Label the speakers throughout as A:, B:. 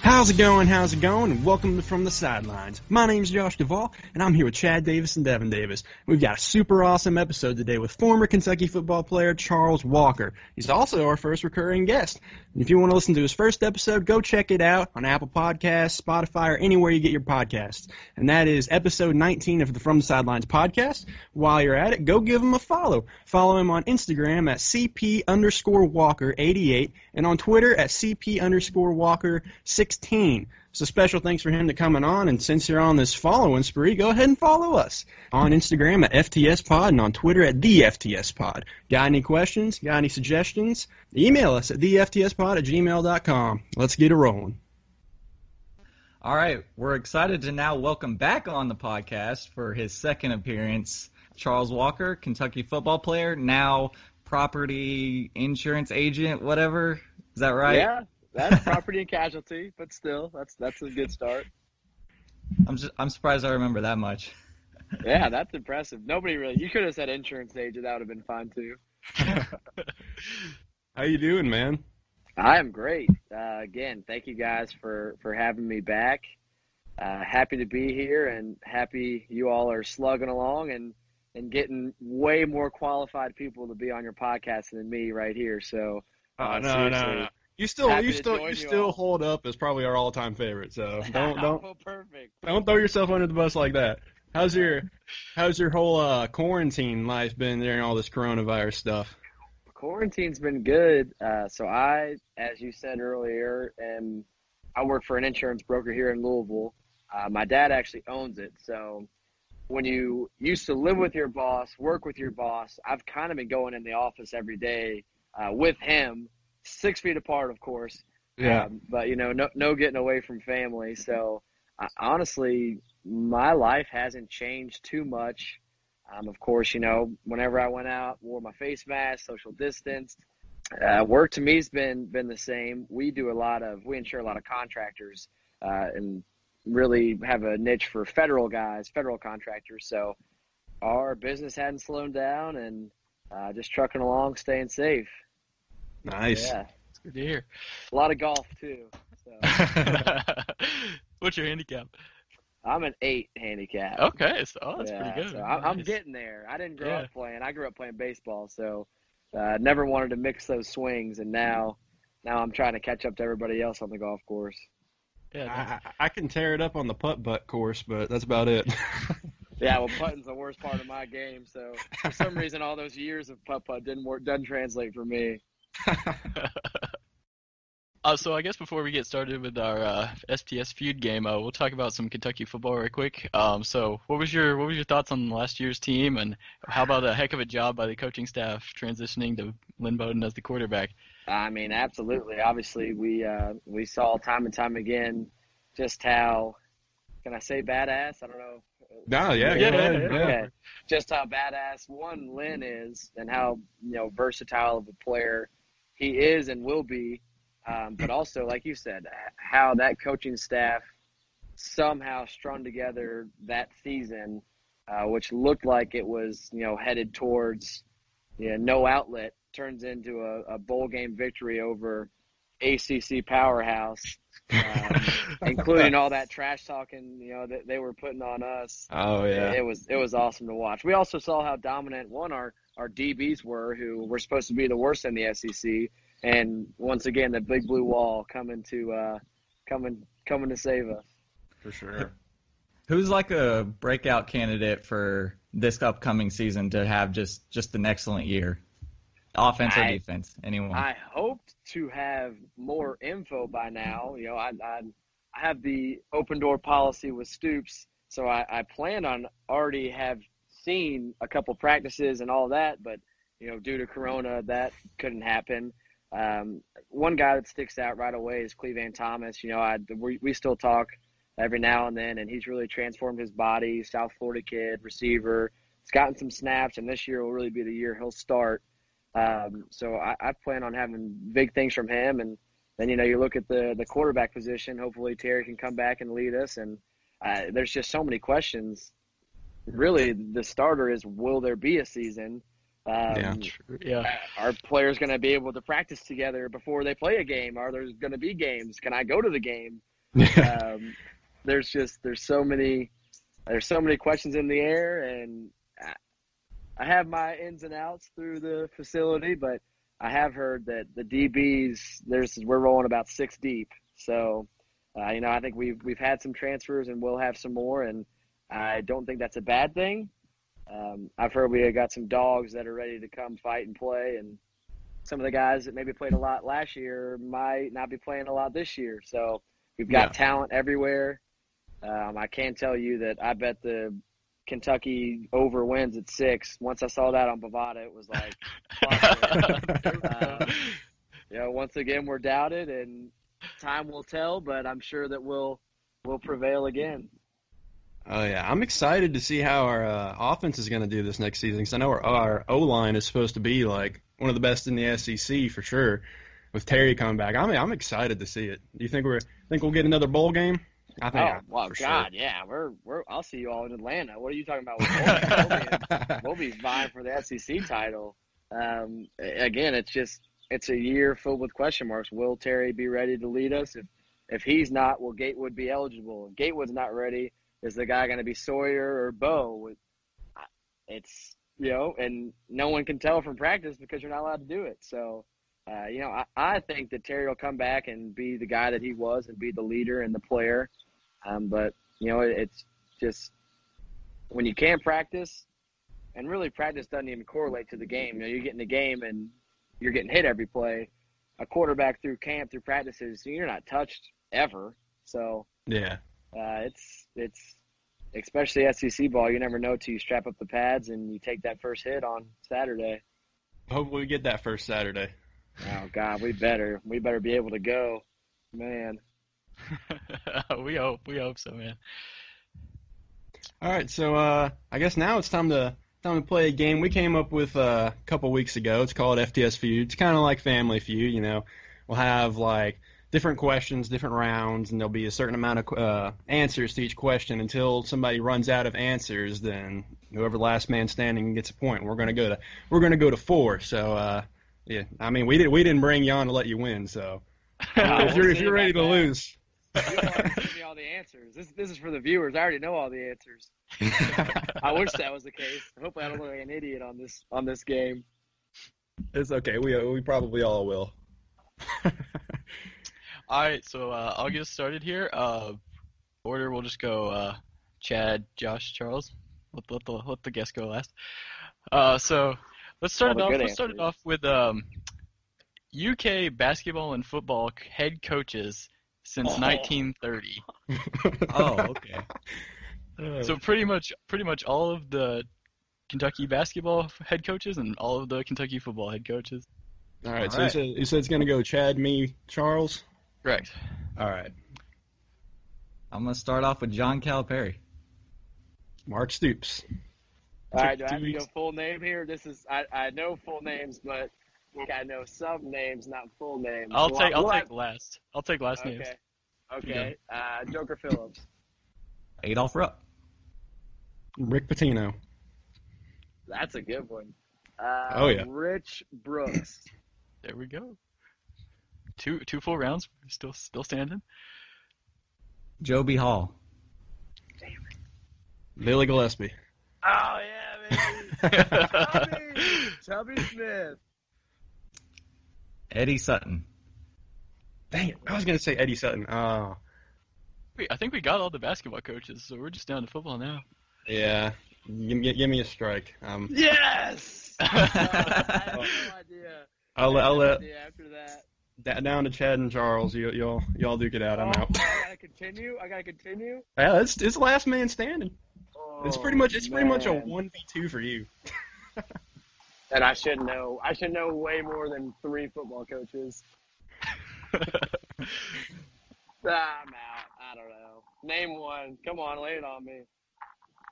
A: How's it going? How's it going? And welcome to From the Sidelines. My name's Josh Duvall, and I'm here with Chad Davis and Devin Davis. We've got a super awesome episode today with former Kentucky football player Charles Walker. He's also our first recurring guest. And if you want to listen to his first episode, go check it out on Apple Podcasts, Spotify, or anywhere you get your podcasts. And that is episode 19 of the From the Sidelines podcast. While you're at it, go give him a follow. Follow him on Instagram at CP underscore Walker 88 and on Twitter at CP underscore Walker 16. So special thanks for him to coming on. And since you're on this following spree, go ahead and follow us on Instagram at FTS Pod and on Twitter at the FTS Pod. Got any questions? Got any suggestions? Email us at theftspod at gmail.com. Let's get it rolling.
B: All right, we're excited to now welcome back on the podcast for his second appearance, Charles Walker, Kentucky football player, now property insurance agent, whatever. Is that right?
C: Yeah, that's property and casualty, but still, that's that's a good start.
B: I'm just, I'm surprised I remember that much.
C: Yeah, that's impressive. Nobody really. You could have said insurance agent. That would have been fine too.
A: How you doing, man?
C: I am great. Uh, again, thank you guys for for having me back. Uh, happy to be here, and happy you all are slugging along and and getting way more qualified people to be on your podcast than me right here. So, uh, seriously,
A: You still,
C: Happy
A: you
C: to
A: still,
C: join
A: you
C: you
A: still
C: all.
A: hold up as probably our all-time favorite. So don't, don't,
C: Oh, perfect.
A: don't throw yourself under the bus like that. How's your, how's your whole uh, quarantine life been during all this coronavirus stuff?
C: quarantine's been good. Uh, so I, as you said earlier, am I work for an insurance broker here in Louisville. Uh, my dad actually owns it. So when you used to live with your boss, work with your boss, I've kind of been going in the office every day uh, with him, six feet apart, of course. Um, but you know, no no getting away from family. So I, honestly, my life hasn't changed too much. Um, of course, you know, whenever I went out, wore my face mask, social distanced. Uh, work to me's been been the same. We do a lot of we insure a lot of contractors uh, and really have a niche for federal guys, federal contractors. So our business hadn't slowed down and uh, just trucking along, staying safe.
A: nice.
C: Yeah,
D: Good to hear.
C: a lot of golf too. So.
D: What's your handicap?
C: I'm an eight handicap.
D: Okay, so oh, that's
C: Yeah,
D: pretty good.
C: So I'm, I'm
D: Nice.
C: getting there. I didn't grow
D: Yeah.
C: up playing. I grew up playing baseball, so uh, never wanted to mix those swings. And now, now I'm trying to catch up to everybody else on the golf course.
D: Yeah, nice.
A: I, I I can tear it up on the putt butt course, but that's about it.
C: Yeah, well, putting's the worst part of my game. So for some reason, all those years of putt putt didn't work, doesn't translate for me.
D: Uh, so I guess before we get started with our uh, SPS feud game, uh, we'll talk about some Kentucky football real quick. Um, so what was your what was your thoughts on last year's team, and how about a heck of a job by the coaching staff transitioning to Lynn Bowden as the quarterback?
C: I mean, absolutely. Obviously, we uh, we saw time and time again just how can I say badass? I don't know.
A: no, yeah,
D: Yeah,
A: go ahead,
D: yeah,
A: yeah.
C: Okay. Just how badass one Lynn is, and how you know versatile of a player he is and will be. Um, but also, like you said, h- how that coaching staff somehow strung together that season, uh, which looked like it was you know headed towards you know, no outlet, turns into a, a bowl game victory over ACC powerhouse, um, including all that trash talking you know that they were putting on us
A: Oh yeah.
C: it was it was awesome to watch. We also saw how dominant one our our DBs were, who were supposed to be the worst in the SEC, and once again the big blue wall coming to uh, coming coming to save us.
A: for sure.
B: Who's like a breakout candidate for this upcoming season to have just just an excellent year? Offense or
C: I-
B: defense? Anyone?
C: I hoped to have more info by now. You know, I I, I have the open door policy with Stoops, so I, I plan on already have seen a couple practices and all that, but you know, due to Corona, that couldn't happen. Um, one guy that sticks out right away is Cleveland Thomas. You know, I we, we still talk every now and then, and he's really transformed his body. South Florida kid, receiver. He's gotten some snaps, and this year will really be the year he'll start. Um, so I, I plan on having big things from him, and then you know you look at the the quarterback position. Hopefully Terry can come back and lead us, and uh, there's just so many questions. Really, the starter is will there be a season? Um,
A: Yeah.
D: Yeah,
C: are players going to be able to practice together before they play a game? Are there going to be games? Can I go to the game? um, there's just there's so many there's so many questions in the air, and I, I have my ins and outs through the facility, but I have heard that the DBs there's we're rolling about six deep. So, uh, you know, I think we've we've had some transfers and we'll have some more, and I don't think that's a bad thing. Um, I've heard we got some dogs that are ready to come fight and play, and some of the guys that maybe played a lot last year might not be playing a lot this year. So we've got
B: Yeah.
C: talent everywhere. Um, I can tell you that I bet the Kentucky over wins at six. Once I saw that on Bovada, it was like, Uh, you know, once again we're doubted, and time will tell. But I'm sure that we'll we'll prevail again.
A: Oh yeah, I'm excited to see how our uh, offense is going to do this next season because I know our, our O line is supposed to be like one of the best in the SEC for sure. With Terry coming back, I'm I'm excited to see it. Do you think we're think we'll get another bowl game? I think.
C: oh, wow,
A: for sure.
C: God, yeah, we're we're. I'll see you all in Atlanta. What are you talking about? We'll, we'll, be, we'll be vying for the SEC title. Um, a- again, it's just it's a year filled with question marks. Will Terry be ready to lead us? If if he's not, will Gatewood be eligible? If Gatewood's not ready, is the guy going to be Sawyer or Bo? It's you know, and no one can tell from practice because you're not allowed to do it. So. Uh, you know, I, I think that Terry will come back and be the guy that he was and be the leader and the player. Um, but, you know, it, it's just when you can't practice, and really practice doesn't even correlate to the game. You know, you're getting the game and you're getting hit every play. A quarterback through camp, through practices, you're not touched ever. So
A: yeah.
C: uh, it's it's especially SEC ball. You never know till you strap up the pads and you take that first hit on Saturday.
A: Hopefully we get that first Saturday.
C: Oh God, we better we better be able to go, man.
D: we hope we hope so, man.
A: All right, so uh, I guess now it's time to time to play a game we came up with uh, a couple weeks ago. It's called FTS Feud. It's kind of like Family Feud, you know. We'll have like different questions, different rounds, and there'll be a certain amount of uh, answers to each question until somebody runs out of answers. Then whoever last man standing gets a point. We're gonna go to we're gonna go to four. So uh, yeah, I mean we did we didn't bring you on to let you win. So
C: Oh,
A: if you're
C: we'll
A: if
C: see
A: you're
C: about
A: ready to
C: that.
A: lose.
C: You already gave me all the answers. This this is for the viewers. I already know all the answers. I wish that was the case. I hope I don't look like an idiot on this on this game.
A: It's okay. We we probably all will.
D: All right, so uh, I'll get us started here. Uh, order, we'll just go uh, Chad, Josh, Charles. Let, let the let the guest go last. Uh, so let's start it
C: All
D: off.
C: the
D: Let's
C: good
D: start it
C: answers.
D: off with um, UK basketball and football c- head coaches since
B: Oh.
D: 1930.
B: Oh, okay.
D: So pretty much pretty much all of the Kentucky basketball f- head coaches and all of the Kentucky football head coaches.
A: All right,
B: All
A: so
B: right.
A: You, said, you said it's going to go Chad, me, Charles.
D: Correct.
A: All right.
B: I'm gonna start off with John Calipari.
A: Mark Stoops.
C: All right, do I have
A: two
C: to go
A: weeks.
C: full name here? This is I, I know full names, but I know some names, not full names.
D: I'll
C: Well,
D: take I'll
C: well,
D: take last. I'll take last
C: Okay.
D: names.
C: Okay. Uh, Joker Phillips,
B: Adolph Rupp.
A: Rick Patino.
C: that's a good one. Uh,
A: Oh, yeah.
C: Rich Brooks,
D: There we go. Two two full rounds. We're Still still standing.
B: Joby Hall.
A: Billy Gillespie.
C: Oh yeah, man. Tommy, Chubby Smith.
B: Eddie Sutton.
A: Dang it. I was going to say Eddie Sutton. Oh.
C: Ah.
D: We- I think we got all the basketball coaches, so we're just down to football now.
A: Yeah. Give, me- give me a strike. Um,
C: Yes. Oh, I have no idea.
A: I'll,
C: I have
A: I'll
C: no
A: let
C: idea after that.
A: that down to Chad and Charles. You, y'all, y'all duke it out. I'm
C: Oh,
A: out.
C: I gotta continue. I gotta continue.
A: Yeah, it's, it's last man standing. It's pretty much it's pretty much a
C: Oh, man.
A: one v two for you.
C: And I should know. I should know way more than three football coaches. Ah, I'm out. I don't know. Name one. Come on, lay it on me. Ah,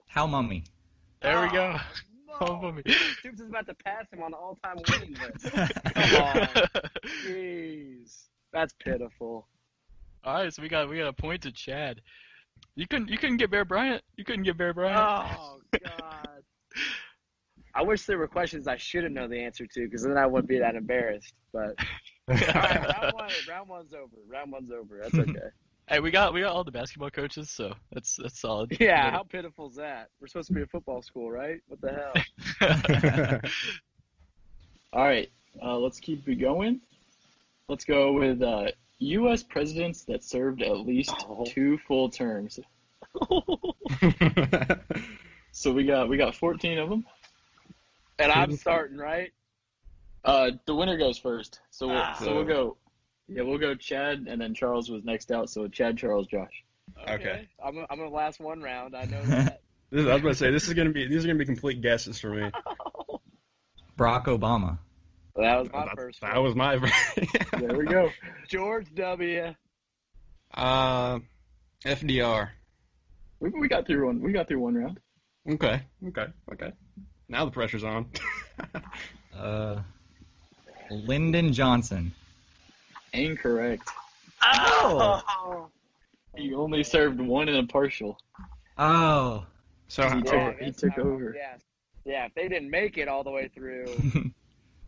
B: How mummy.
D: There we go.
C: No.
D: Oh, bummy.
C: Stoops is about to pass him on the all-time winning list. Come on. Jeez, that's pitiful.
D: all right, so we got we got a point to Chad. You couldn't you couldn't get Bear Bryant. You couldn't get Bear Bryant.
C: Oh God. I wish there were questions I shouldn't know the answer to, because then I wouldn't be that embarrassed. But all right, round one, round one's over. Round one's over. That's okay.
D: Hey, we got we got all the basketball coaches, so that's that's solid.
C: Yeah, how pitiful is that? We're supposed to be a football school, right? What the hell?
E: All right, uh, let's keep it going. Let's go with uh, U.S. presidents that served at least
C: Oh.
E: two full terms. So we got we got 14 of them.
C: And I'm starting, right?
E: Uh, the winner goes first. So we'll,
C: Ah.
E: so we'll go. Yeah, we'll go Chad, and then Charles was next out. So Chad, Charles, Josh.
A: Okay.
C: I'm, I'm gonna last one round. I know that.
A: This, I was going to say this is going to be these are going to be complete guesses for me.
B: Barack Obama.
C: that
E: Oh,
C: was my
A: That-
C: first
A: That
C: one.
A: was my.
E: There we go.
C: George W.
A: Uh, FDR.
E: we, we got through one. We got through one round.
A: Okay. Okay. Okay. Now the pressure's on.
B: Uh, Lyndon Johnson.
E: Incorrect.
B: Oh.
E: He only served one and a partial.
B: Oh.
A: so uh,
E: He took-
A: so-
E: he
C: that's
E: took
C: how-
E: over.
C: Yeah. yeah, if they didn't make it all the way through,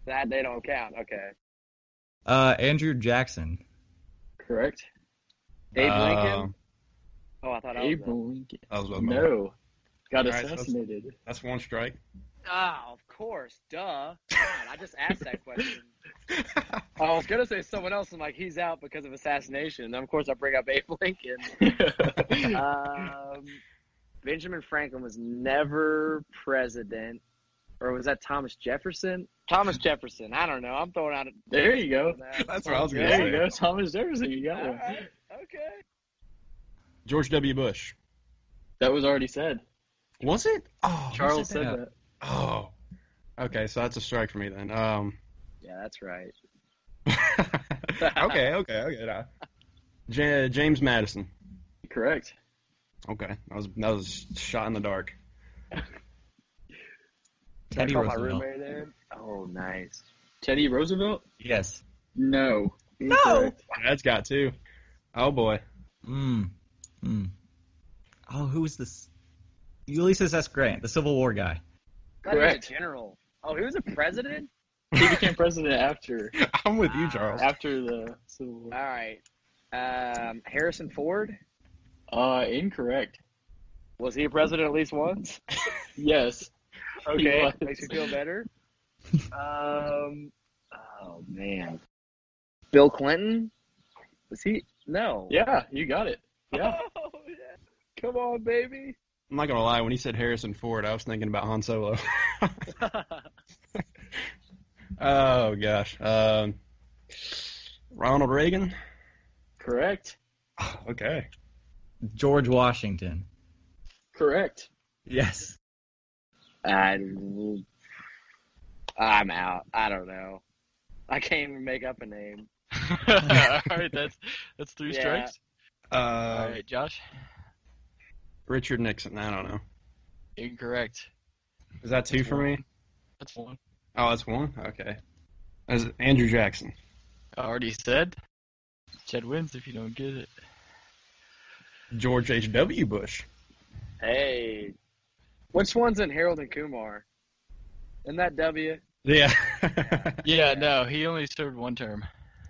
C: that they don't count. Okay.
B: uh, Andrew Jackson.
E: Correct.
C: Abe
A: Uh,
C: Lincoln. Oh, I thought I was.
E: Abe
C: up.
E: Lincoln.
A: that was about my-
E: No, got
A: All right, so-
E: assassinated.
A: That's one strike.
C: Ah, of course, duh. God, I just asked that question. I was gonna say someone else. I'm like, he's out because of assassination. And of course, I bring up Abe Lincoln. Um, Benjamin Franklin was never president, or was that Thomas Jefferson? Thomas Jefferson. I don't know. I'm throwing out. A,
E: There you go.
A: That's what I was gonna
E: There you
A: say.
E: go, Thomas Jefferson. You got
C: All
E: one.
C: right. Okay.
A: George W. Bush.
E: That was already said.
A: Was it? Oh.
E: Charles said
B: Yeah.
E: that.
A: Oh. Okay, so that's a strike for me then. Um.
C: Yeah, that's right.
A: okay. Okay. Okay. Nah. J- James Madison.
E: Correct.
A: Okay, that was that was shot in the dark.
C: Can I
B: Teddy
C: call
B: Roosevelt.
C: My roommate there? Oh, nice.
E: Teddy Roosevelt?
B: Yes.
E: No.
B: No.
A: That's got two. Oh boy.
B: Mm. Mm. Oh, who was this? Ulysses S. Grant, the Civil War guy.
C: That is
E: Correct.
C: a general. Oh, he was a president.
E: He became president after
A: I'm with you, Charles.
E: after the Civil War.
C: All right. Um, Harrison Ford.
E: Uh, incorrect.
C: Was he a president at least once?
E: Yes. He
C: Okay,
E: was.
C: makes me feel better. um, oh man, Bill Clinton. Was he? No.
E: Yeah, you got it. Yeah.
C: Oh, yeah. Come on, baby.
A: I'm not gonna lie. When he said Harrison Ford, I was thinking about Han Solo. oh gosh. Um, Ronald Reagan.
E: Correct.
A: Okay.
B: George Washington.
E: Correct.
B: Yes.
C: I, I'm out. I don't know. I can't even make up a name.
D: All right, that's that's three
C: Yeah.
D: strikes. All
A: Uh,
D: right, Josh.
A: Richard Nixon. I don't know.
D: Incorrect.
A: Is that two
D: That's
A: for
D: one.
A: me?
D: That's one.
A: Oh, that's one. Okay. That's Andrew Jackson.
D: I already said. Chad wins if you don't get it.
A: George H. W. Bush.
C: Hey, which one's in Harold and Kumar? Isn't that W?
A: Yeah.
D: Yeah, no, he only served one term.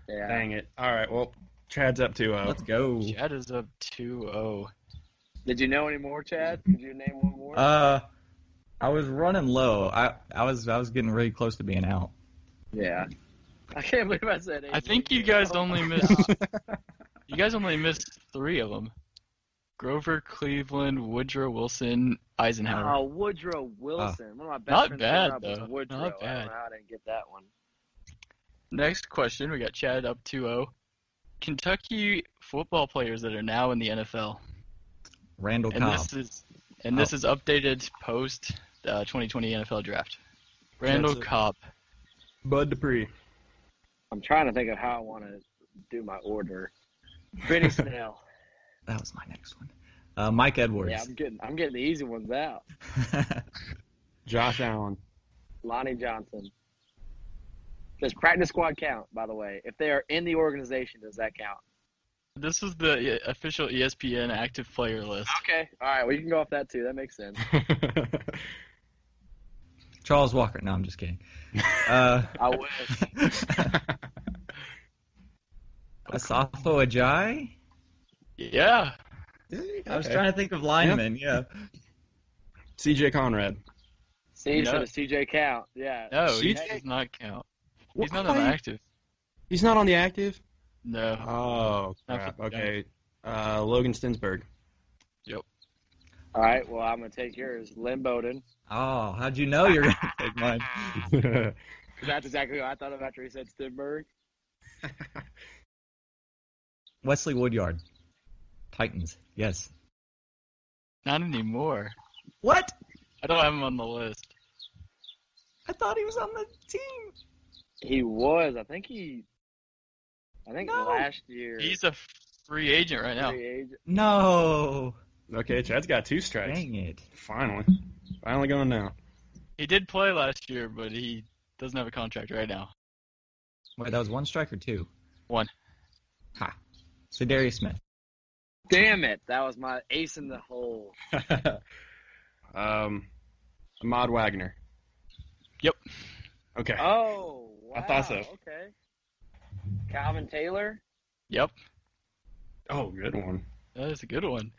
C: Yeah.
A: Dang it. All right. Well, Chad's up to. Uh,
B: Let's go.
D: Chad is up oh. 2-0.
C: Did you know any more, Chad? Did you name one more?
B: Uh, I was running low. I I was I was getting really close to being out.
C: yeah. I can't believe I said.
D: I
C: Abe
D: think you
C: Lincoln.
D: guys
C: Oh
D: only
C: my
D: missed.
C: God.
D: You guys only missed three of them. Grover Cleveland, Woodrow Wilson, Eisenhower.
C: Oh, Woodrow Wilson. One of my best
D: Uh, Not
C: friends
D: bad,
C: growing up was
D: though.
C: Woodrow.
D: Not
C: I don't
D: bad.
C: know how I didn't get that one.
D: Next question, we got Chad up 2-0. Kentucky football players that are now in the NFL,
A: Oh,
B: Randall
D: and
B: Cobb.
D: this is and this is updated post uh, 2020 NFL draft. Randall
A: That's it.
D: Cobb.
A: Bud Dupree.
C: I'm trying to think of how I want to do my order. Benny Snell.
B: That was my next one. Uh, Mike
C: Yeah,
B: Edwards.
C: I'm getting I'm getting the easy ones out.
A: Josh Allen.
C: Lonnie Johnson. Does practice squad count? By the way, if they are in the organization, does that count?
D: This is the uh, official ESPN active player list.
C: Okay. All right. We can go off that too. That makes sense.
B: Charles Walker. No, I'm just kidding. Uh,
C: I wish.
B: Asafo Ajay.
D: Yeah.
B: I was
A: Okay.
B: trying to think of linemen. Yeah.
A: C.J. Conrad.
C: See,
D: Yeah.
C: should a CJ count? Yeah.
D: No, he
A: CJ?
D: does not count.
A: What?
D: He's not on the active.
A: He's not on the active.
D: No.
A: Oh,
D: Not
A: crap.
D: for the
A: Okay. Uh, Logan Stinsberg.
C: All right. Well, I'm gonna take yours, Lynn Bowden.
B: Oh, how'd you know you're gonna take mine?
C: That's exactly what I thought of after he said Stinberg.
B: Wesley Woodyard. Titans. Yes.
D: Not anymore.
B: What?
D: I don't have him on the list.
B: I thought he was on the team.
C: He was. I think he. I think
B: No.
C: last year.
D: He's a free agent right now.
C: free agent-
B: No.
A: okay, Chad's got two strikes.
B: Dang it.
A: Finally. Finally going down.
D: He did play last year, but he doesn't have a contract right now.
B: Wait, that was one strike or two?
D: One.
B: Ha. So Darius Smith.
C: Damn it! That was my ace in the hole.
A: um, Ahmad Wagner.
D: Yep.
A: Okay.
C: Oh, wow.
A: I thought so.
C: Okay. Calvin Taylor.
D: Yep.
A: oh, good one.
D: That is a good one.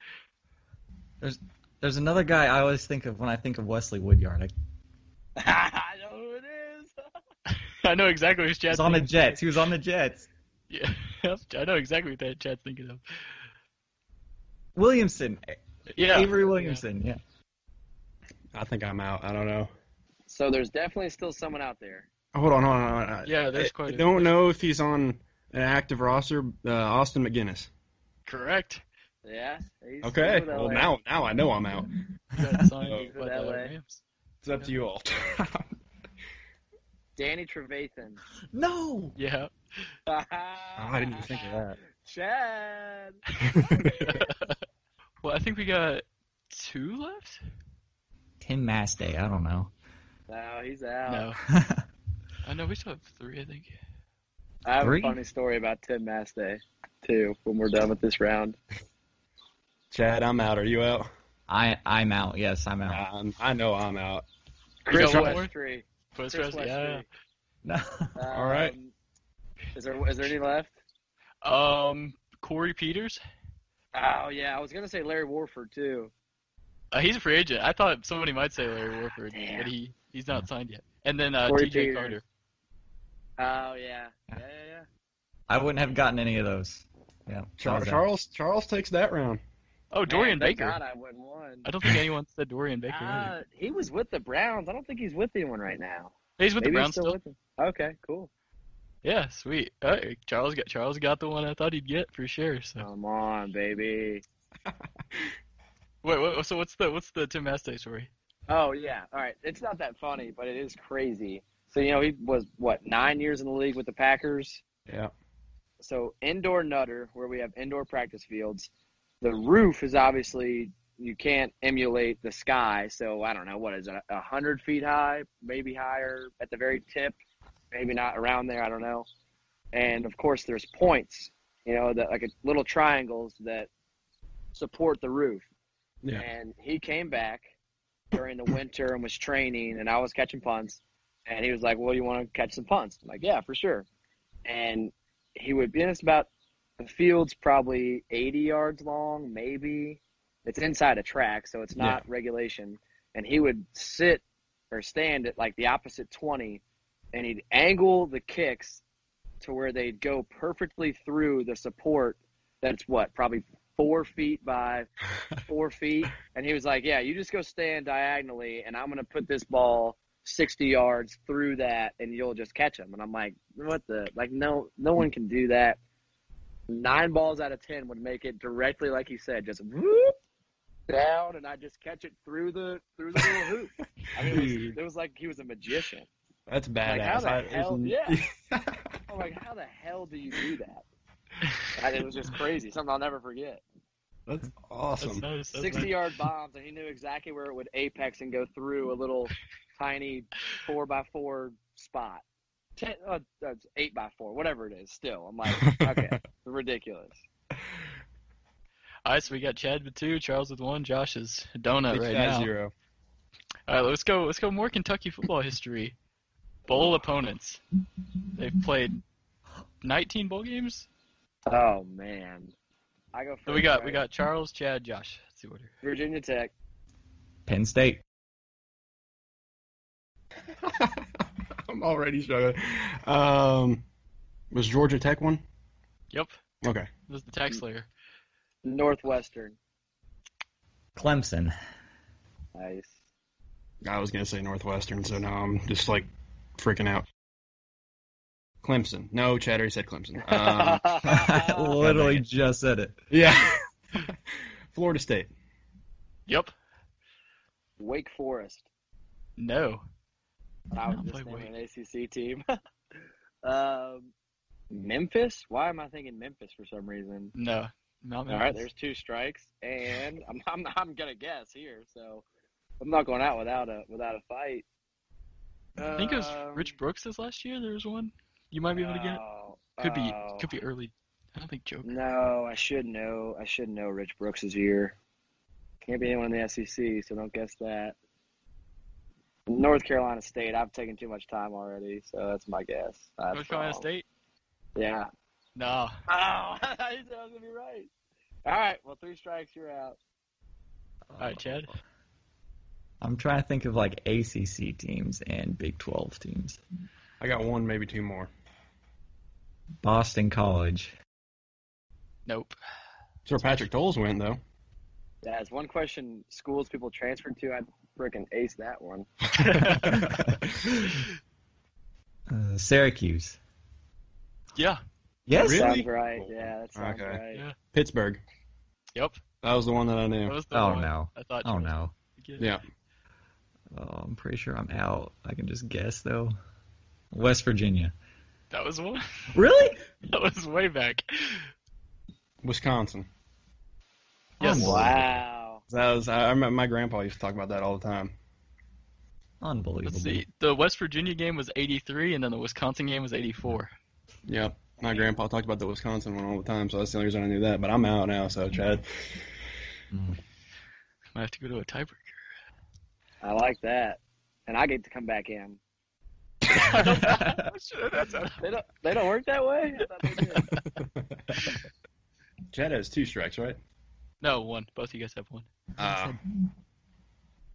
B: There's another guy I always think of when I think of Wesley Woodyard. I-
C: I know who it is.
D: I know exactly who's
B: He
D: Chad's
B: was on the
D: thinking.
B: Jets. He was on the Jets.
D: Yeah. I know exactly what that Chad's thinking of.
B: Williamson.
D: Yeah.
B: Avery Williamson. Yeah.
A: I think I'm out. I don't know.
C: So there's definitely still someone out there.
A: Hold on, hold on. Hold on.
D: Yeah, there's
A: I-
D: quite
A: I
D: a-
A: don't know if he's on an active roster. Uh, Austin McGinnis.
D: Correct.
C: Yeah. he's
A: Okay.
C: still with
A: Well,
C: LA.
A: now now I know I'm out.
D: Got signed
A: Oh.
D: by the
C: LA.
D: Rams.
A: It's up to you all.
C: Danny Trevathan.
B: No.
D: Yeah.
C: Ah.
A: I didn't even think of that.
C: Chad.
D: well, I think we got two left.
B: Tim Mastay. I don't know.
C: No, he's out.
D: No. I know we still have three. I think.
C: I have
B: Three?
C: a funny story about Tim Mastay, too, when we're done with this round.
A: Chad, I'm out. Are you out?
B: I I'm out. Yes, I'm out.
A: Um, I know I'm out.
D: Chris
C: Westry.
D: Westry.
C: Westry.
D: Chris
C: Chris
D: Westry, yeah.
B: No.
A: All right.
C: Um, Is there is there any left?
D: Um, Corey Peters.
C: Oh yeah, I was gonna say Larry Warford too.
D: Uh, he's a free agent. I thought somebody might say Larry Warford,
C: Damn.
D: but he he's not signed yet. And then uh,
C: Corey
D: T.J.
C: Peters.
D: Carter.
C: Oh yeah. Yeah yeah yeah.
B: I wouldn't have gotten any of those. Yeah.
A: Char-
B: How's that?
A: Charles Charles takes that round.
D: Oh, Dorian
C: Man, thank
D: Baker.
C: God I wouldn't won.
D: I don't think anyone said Dorian Baker. either.
C: Uh, he was with the Browns. I don't think he's with anyone right now.
D: he's with
C: Maybe
D: the
C: he's
D: Browns still.
C: with them. Okay, cool.
D: Yeah, sweet. All right, Charles got Charles got the one I thought he'd get for sure. So
C: Come on, baby.
D: wait, wait so what's the what's the Tim Mastay story?
C: Oh yeah. All right. It's not that funny, but it is crazy. So you know he was what nine years in the league with the Packers.
A: Yeah.
C: So indoor nutter, where we have indoor practice fields, the roof is obviously you can't emulate the sky. So I don't know what is it, a hundred feet high, maybe higher at the very tip, maybe not around there. I don't know. And of course, there's points, you know, that like little triangles that support the roof.
A: Yeah.
C: And he came back during the winter and was training, and I was catching punts. And he was like, "Well, you want to catch some punts?" I'm like, "Yeah, for sure." And he would be in us about the field's probably 80 yards long, maybe. It's inside a track, so it's not regulation. And he would sit or stand at like the opposite 20, and he'd angle the kicks to where they'd go perfectly through the support. That's what probably four feet by four feet. And he was like, Yeah, you just go stand diagonally, and I'm going to put this ball 60 yards through that, and you'll just catch him. And I'm like, What the? Like, no, no one can do that. Nine balls out of 10 would make it directly, like you said, just whoop down, and I just catch it through the through the little hoop. I mean, it was,
A: Dude.
C: it was like he was a magician.
A: That's
C: Like, how
A: badass.
C: the
A: I- there's
C: hell-
A: n-
C: yeah. I'm like, How the hell do you do that? And it was just crazy, something I'll never forget.
A: That's
D: That's
A: awesome.
D: nice. that's
C: 60
D: nice.
C: yard bombs, and he knew exactly where it would apex and go through a little tiny 4 by 4 spot. Ten, uh, uh, 8 by 4 whatever it is, still. I'm like, okay, ridiculous.
D: All right, so we got Chad with two, Charles with one, Josh is a donut
A: Big
D: right
A: Chad
D: now.
A: zero.
D: All right, let's go. Let's go more Kentucky football history. Bowl opponents. They've played 19 bowl games.
C: Oh, man. I go first.
D: So we got we
C: right?
D: got Charles, Chad, Josh. That's the order.
C: Virginia Tech.
B: Penn State.
A: I'm already struggling. Um, was Georgia Tech one?
D: Yep.
A: Okay.
D: This is the
C: Mm.
D: tax layer.
C: Northwestern.
B: Clemson.
C: Nice.
A: I was gonna say Northwestern, so now I'm just like freaking out. Clemson. No, Chad already said Clemson. Um,
B: Literally just said Oh, it.
A: yeah. Florida State.
D: Yep.
C: Wake Forest.
D: No.
C: I was
D: Not
C: just
D: play
C: naming an ACC team. um, Memphis? Why am I thinking Memphis for some reason?
D: No. Not
C: All right, there's two strikes, and I'm I'm, I'm gonna guess here, so I'm not going out without a without a fight.
D: I think it was
C: Um,
D: Rich Brooks this last year. There was one you might be able to get.
C: no,
D: Could be
C: oh,
D: could be early. I don't think Joker.
C: No, I should know. I should know Rich Brooks' year. Can't be anyone in the SEC, so don't guess that. North Carolina State. I've taken too much time already, so that's my guess. That's
D: North Carolina
C: wrong.
D: State.
C: Yeah.
D: No.
C: Oh, I said I was gonna be right. All right. Well, three strikes, you're out.
D: All right, Chad.
B: I'm trying to think of like ACC teams and Big 12 teams.
A: I got one, maybe two more.
B: Boston College.
D: Nope.
A: Sir Patrick Toles went though.
C: That's one question. Schools people transferred to. I'd freaking ace that one.
B: Uh, Syracuse.
D: Yeah.
B: Yes.
A: Really?
C: Sounds right. Yeah, that sounds
A: Okay.
C: right.
D: Yeah.
A: Pittsburgh.
D: Yep.
A: That was the one that I
D: That
A: knew.
D: was the
B: Oh
D: one
B: no.
D: I thought.
B: Oh
D: Charles
B: no.
D: would get.
A: Yeah.
B: Oh, I'm pretty sure I'm out. I can just guess though. West Virginia.
D: That was one.
B: Really?
D: That was way back.
A: Wisconsin.
D: Yes.
B: Unbelievable.
C: Wow.
A: That was. I, I remember my grandpa used to talk about that all the time.
B: Unbelievable.
D: Let's see. The West Virginia game was 83, and then the Wisconsin game was 84.
A: Yep. My grandpa talked about the Wisconsin one all the time, so that's the only reason I knew that. But I'm out now, so Chad.
D: Might have to go to a tiebreaker.
C: I like that. And I get to come back in.
D: I don't know. Shit, that's a-
C: They don't. They don't work that way. I thought they did.
A: Chad has two strikes, right?
D: no, one. Both of you guys have one.
A: Uh,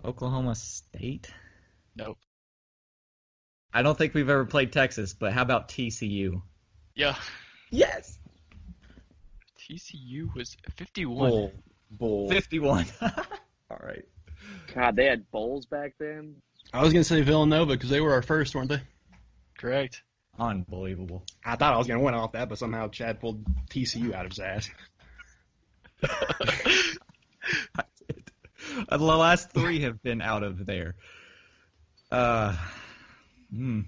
B: Oklahoma State.
D: Nope.
B: I don't think we've ever played Texas, but how about TCU?
D: Yeah.
B: Yes.
D: TCU was 51.
A: bull. Bull.
B: 51. All right.
C: God, they had bowls back then.
A: I was gonna say Villanova because they were our first, weren't they?
D: Correct.
B: Unbelievable.
A: I thought I was gonna win off that, but somehow Chad pulled TCU out of his ass.
B: Uh, The last three have been out of there. Uh, hmm.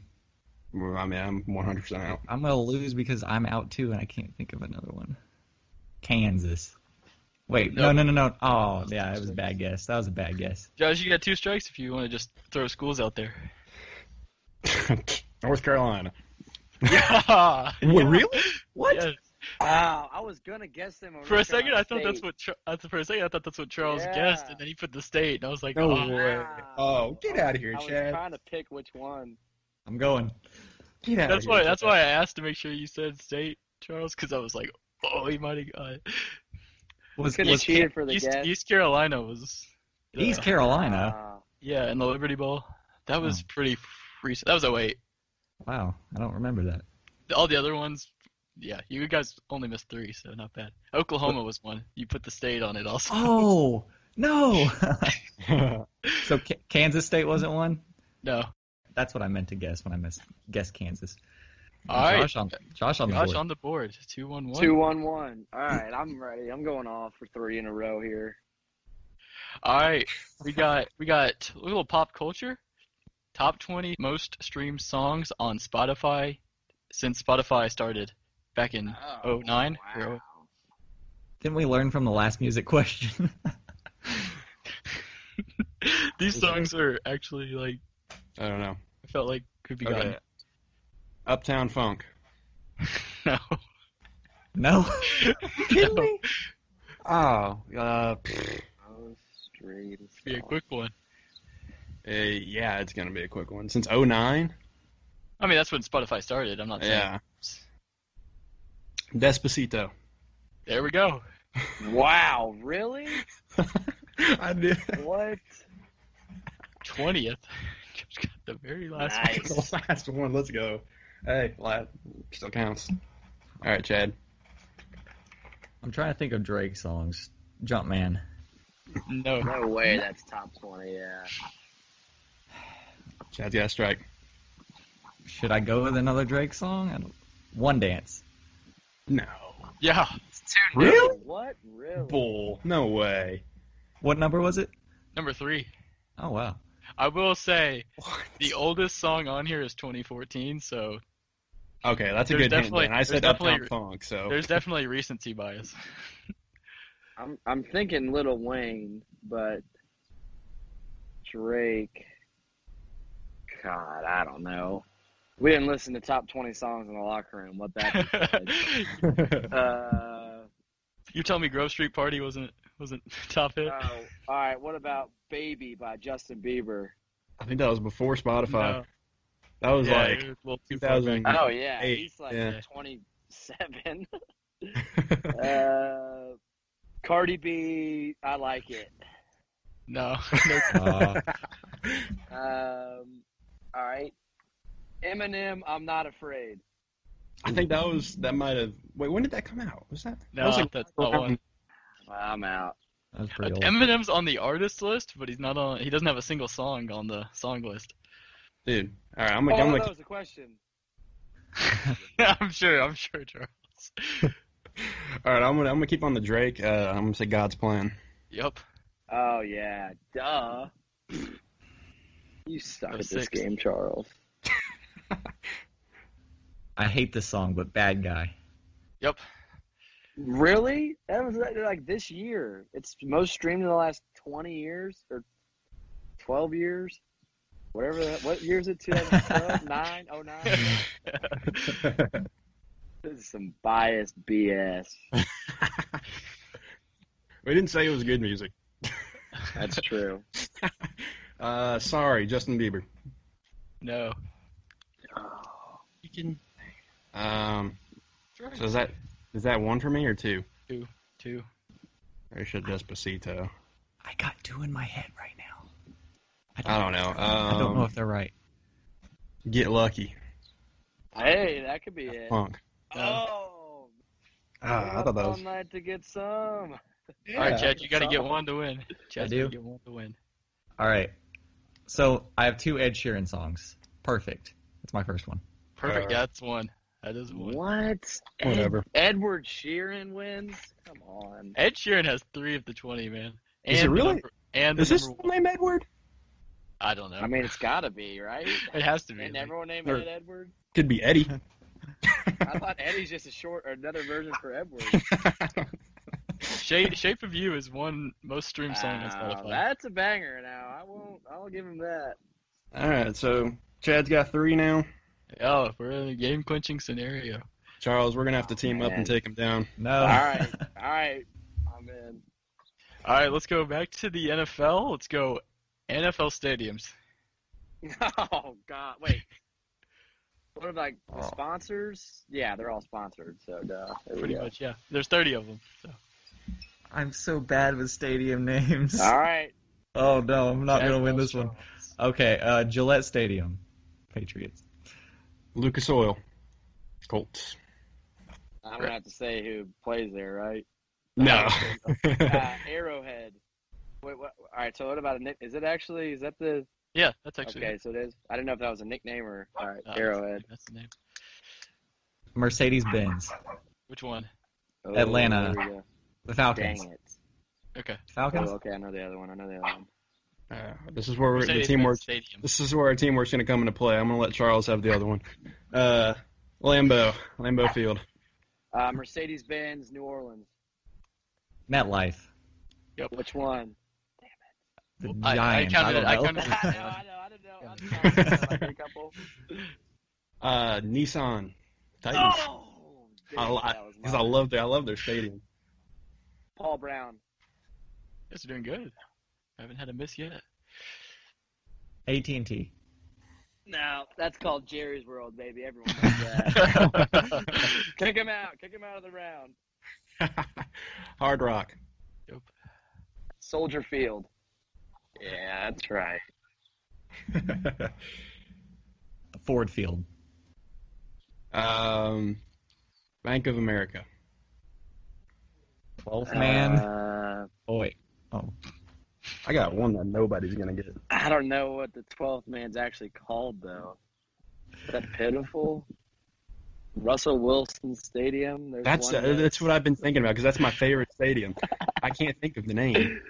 A: Well, I mean, I'm 100% out.
B: I'm gonna lose because I'm out too, and I can't think of another one. Kansas. Wait, no, no, no, no. Oh, yeah, that was a bad guess. That was a bad guess.
D: Josh, you got two strikes if you want to just throw schools out there.
A: North Carolina.
D: Yeah.
A: really?
B: What?
C: Oh
D: Yes.
C: Wow, I was gonna guess them.
D: For a second, I thought that's what. Char- I th- for a second, I thought that's what Charles
C: Yeah.
D: guessed, and then he put the state, and I was like,
A: No
D: oh,
A: way. Oh, get out of here,
C: I was
A: Chad.
C: trying to pick which one.
B: I'm going.
A: Get out
D: that's
A: of here.
D: why. That's why I asked to make sure you said state, Charles, because I was like, oh, he might have got. it.
B: Was,
C: Could have
B: was
C: cheated for the
D: East,
C: guess.
D: East Carolina was.
B: East
D: uh,
B: Carolina?
C: Ah,
D: Yeah, in the Liberty Bowl. That was pretty recent. That was 08.
B: Wow, I don't remember that.
D: All the other ones, yeah, you guys only missed three, so not bad. Oklahoma was one. You put the state on it also.
B: Oh no! so K- Kansas State wasn't one.
D: No.
B: That's what I meant to guess when I mis- guessed Kansas.
D: All right.
B: Josh on Josh on the
D: Josh
B: board.
D: on the board. 2 1 1.
C: Two, one, one. All right, I'm ready. I'm going off for three in a row here.
D: All right. We got we got a little pop culture. Top 20 most streamed songs on Spotify since Spotify started back in
C: Oh,
D: 09.
C: wow.
B: Didn't we learn from the last music question?
D: These songs are actually like
A: I don't know.
D: I felt like could be
A: Okay.
D: gotten.
A: Uptown Funk.
D: No.
B: no.
D: No.
A: Oh. Uh,
C: Oh, street.
D: Be a quick one.
A: Uh, yeah, it's going to be a quick one. Since 09?
D: I mean, that's when Spotify started. I'm not saying.
A: Yeah. Despacito.
D: There we go.
C: Wow, really?
A: I did.
C: What?
D: Twentieth. Just got the very last.
C: Nice.
A: The last one. Let's go. Hey, last, still counts. All right, Chad.
B: I'm trying to think of Drake songs. Jumpman.
D: one. No.
C: No way. That's top twenty. Yeah.
A: Chad's got a strike.
B: Should I go with another Drake song? I don't... One Dance.
A: No.
D: Yeah.
A: Really?
C: What? Really?
A: Bull. No way.
B: What number was it?
D: Number three.
B: Oh wow.
D: I will say
A: What?
D: the oldest song on here is 2014, so
A: Okay, that's a
D: There's
A: good hint.
D: definitely-
A: man. I said
D: there's
A: up top
D: definitely-
A: funk, so
D: there's definitely recency bias.
C: I'm I'm thinking Little Wayne, but Drake. God, I don't know. We didn't listen to top twenty songs in the locker room. What that? uh,
D: You're telling me Grove Street Party wasn't wasn't top hit?
C: oh, all right. What about Baby by Justin Bieber?
A: I think that was before Spotify.
D: No.
A: That was
D: Yeah,
A: like
D: it was a little too far
A: 2000.
D: back.
C: Oh yeah,
A: Eight,
C: he's like
A: yeah.
C: twenty seven. uh, Cardi B, I like it.
D: No.
B: Uh,
C: Um, all right. Eminem, I'm not afraid.
A: I think that was that might have. Wait, when did that come out? Was that?
D: No,
A: that was like,
D: that's not one.
C: I'm out.
B: that was pretty old.
D: Eminem's on the artist list, but he's not on. He doesn't have a single song on the song list.
A: dude. All right, I'm
C: Oh,
A: gonna. I'm
C: no,
A: gonna
C: that was a question.
D: I'm sure. I'm sure, Charles.
A: All right, I'm gonna. I'm gonna keep on the Drake. Uh, I'm gonna say God's plan.
D: Yep.
C: Oh yeah, duh. You suck
D: Number
C: at this
D: six.
C: game, Charles.
B: I hate this song, but Bad Guy.
D: Yep.
C: Really? That was like, like this year. It's most streamed in the last twenty years or twelve years, whatever. That, what year is it? 2012, 9, 09? This is some biased BS.
A: we didn't say it was good music.
C: That's true.
A: Uh, sorry, Justin Bieber.
D: No.
A: Um, so is that is that one for me or two?
D: Two.
A: Or should Despacito?
B: I got two in my head right now.
A: I don't know. Um,
B: I don't know if they're right.
A: Get lucky.
C: Hey, that could be it.
A: Funk.
C: Oh,
A: Ah, I thought that was.
C: night to get some.
D: All right, Chad. You got to get
C: Solid.
D: one to win. Chad's
B: do.
D: gotta Get one to win.
B: All right. So I have two Ed Sheeran songs. Perfect. That's my first one.
D: Perfect.
A: Uh,
D: That's one. That is one.
C: What?
A: Whatever.
C: Edward Sheeran wins. Come on.
D: Ed Sheeran has three of the twenty, man.
A: Is
D: And
A: it
D: the
A: really?
D: number- and the
A: Is his
D: number
A: full name Edward?
D: I don't know.
C: I mean, it's gotta be right.
D: it has to be.
C: And
D: like-
C: everyone named
A: Or-
C: it Edward.
A: Could be Eddie.
C: I thought Eddie's just a short or another version for Edward.
D: Shape Shape of You is one most streamed song on
C: Wow,
D: Spotify.
C: that's a banger. Now I won't. I'll give him that.
A: All right, so Chad's got three now.
D: Oh, we're in a game clinching scenario.
A: Charles, we're gonna have to team up
C: man.
A: and take him down.
B: No.
C: All right. All right. I'm in.
D: All right, let's go back to the NFL. Let's go NFL stadiums.
C: Oh God. Wait. What about like, the sponsors? Yeah, they're all sponsored. So duh. There we
D: Pretty
C: go.
D: much, yeah. There's 30 of them. So.
B: I'm so bad with stadium names.
C: All right.
B: Oh no, I'm not gonna win
D: Jacksonville
B: this one.
D: Sharks.
B: Okay, uh, Gillette Stadium, Patriots.
A: Lucas Oil, Colts.
C: I'm gonna have to say who plays there, right?
A: No.
C: Uh, Arrowhead. Wait, what? All right. So what about a nick? Is it actually? Is that the?
D: Yeah, that's actually.
C: Okay, so it is. I didn't know if that was a nickname or. All right.
D: Uh,
C: Arrowhead.
D: That's the name.
B: Mercedes Benz.
D: Which one?
C: Oh,
B: Atlanta.
C: there we go.
B: The Falcons.
C: Dang it.
D: Okay.
B: Falcons.
C: Oh, okay, I know the other one. I know the other one.
A: Uh, this is where we're, the
D: Mercedes-Benz
A: teamwork.
D: Stadium.
A: This is where our teamwork's gonna come into play. I'm gonna let Charles have the other one. Uh, Lambeau, Lambeau Field.
C: Uh, Mercedes Benz, New Orleans.
B: MetLife.
C: Which one?
B: The
D: I- I
B: Giants. I,
D: counted- I
B: don't know.
D: counted-
C: I know, I know, I didn't know. I'm sorry, I didn't know. I picked up on-
A: Uh, Nissan, Titans.
C: Oh, damn,
A: I,
C: that was
A: because I
C: mine.
A: love their, I love their stadium.
C: Paul Brown.
D: Yes, you're doing good. I haven't had a miss yet.
B: AT&T.
C: No, that's called Jerry's World, baby. Everyone knows that. kick him out. Kick him out of the round.
A: Hard Rock.
C: Soldier Field. Yeah, that's right.
B: Ford Field.
A: um, Bank of America.
B: Twelfth man.
C: Uh,
B: oh wait. Oh.
A: I got one that nobody's gonna get.
C: I don't know what the twelfth man's actually called though. Is that pitiful? Russell Wilson Stadium. There's
A: That's
C: one
A: uh, that's what I've been thinking about because that's my favorite stadium. I can't think of the name.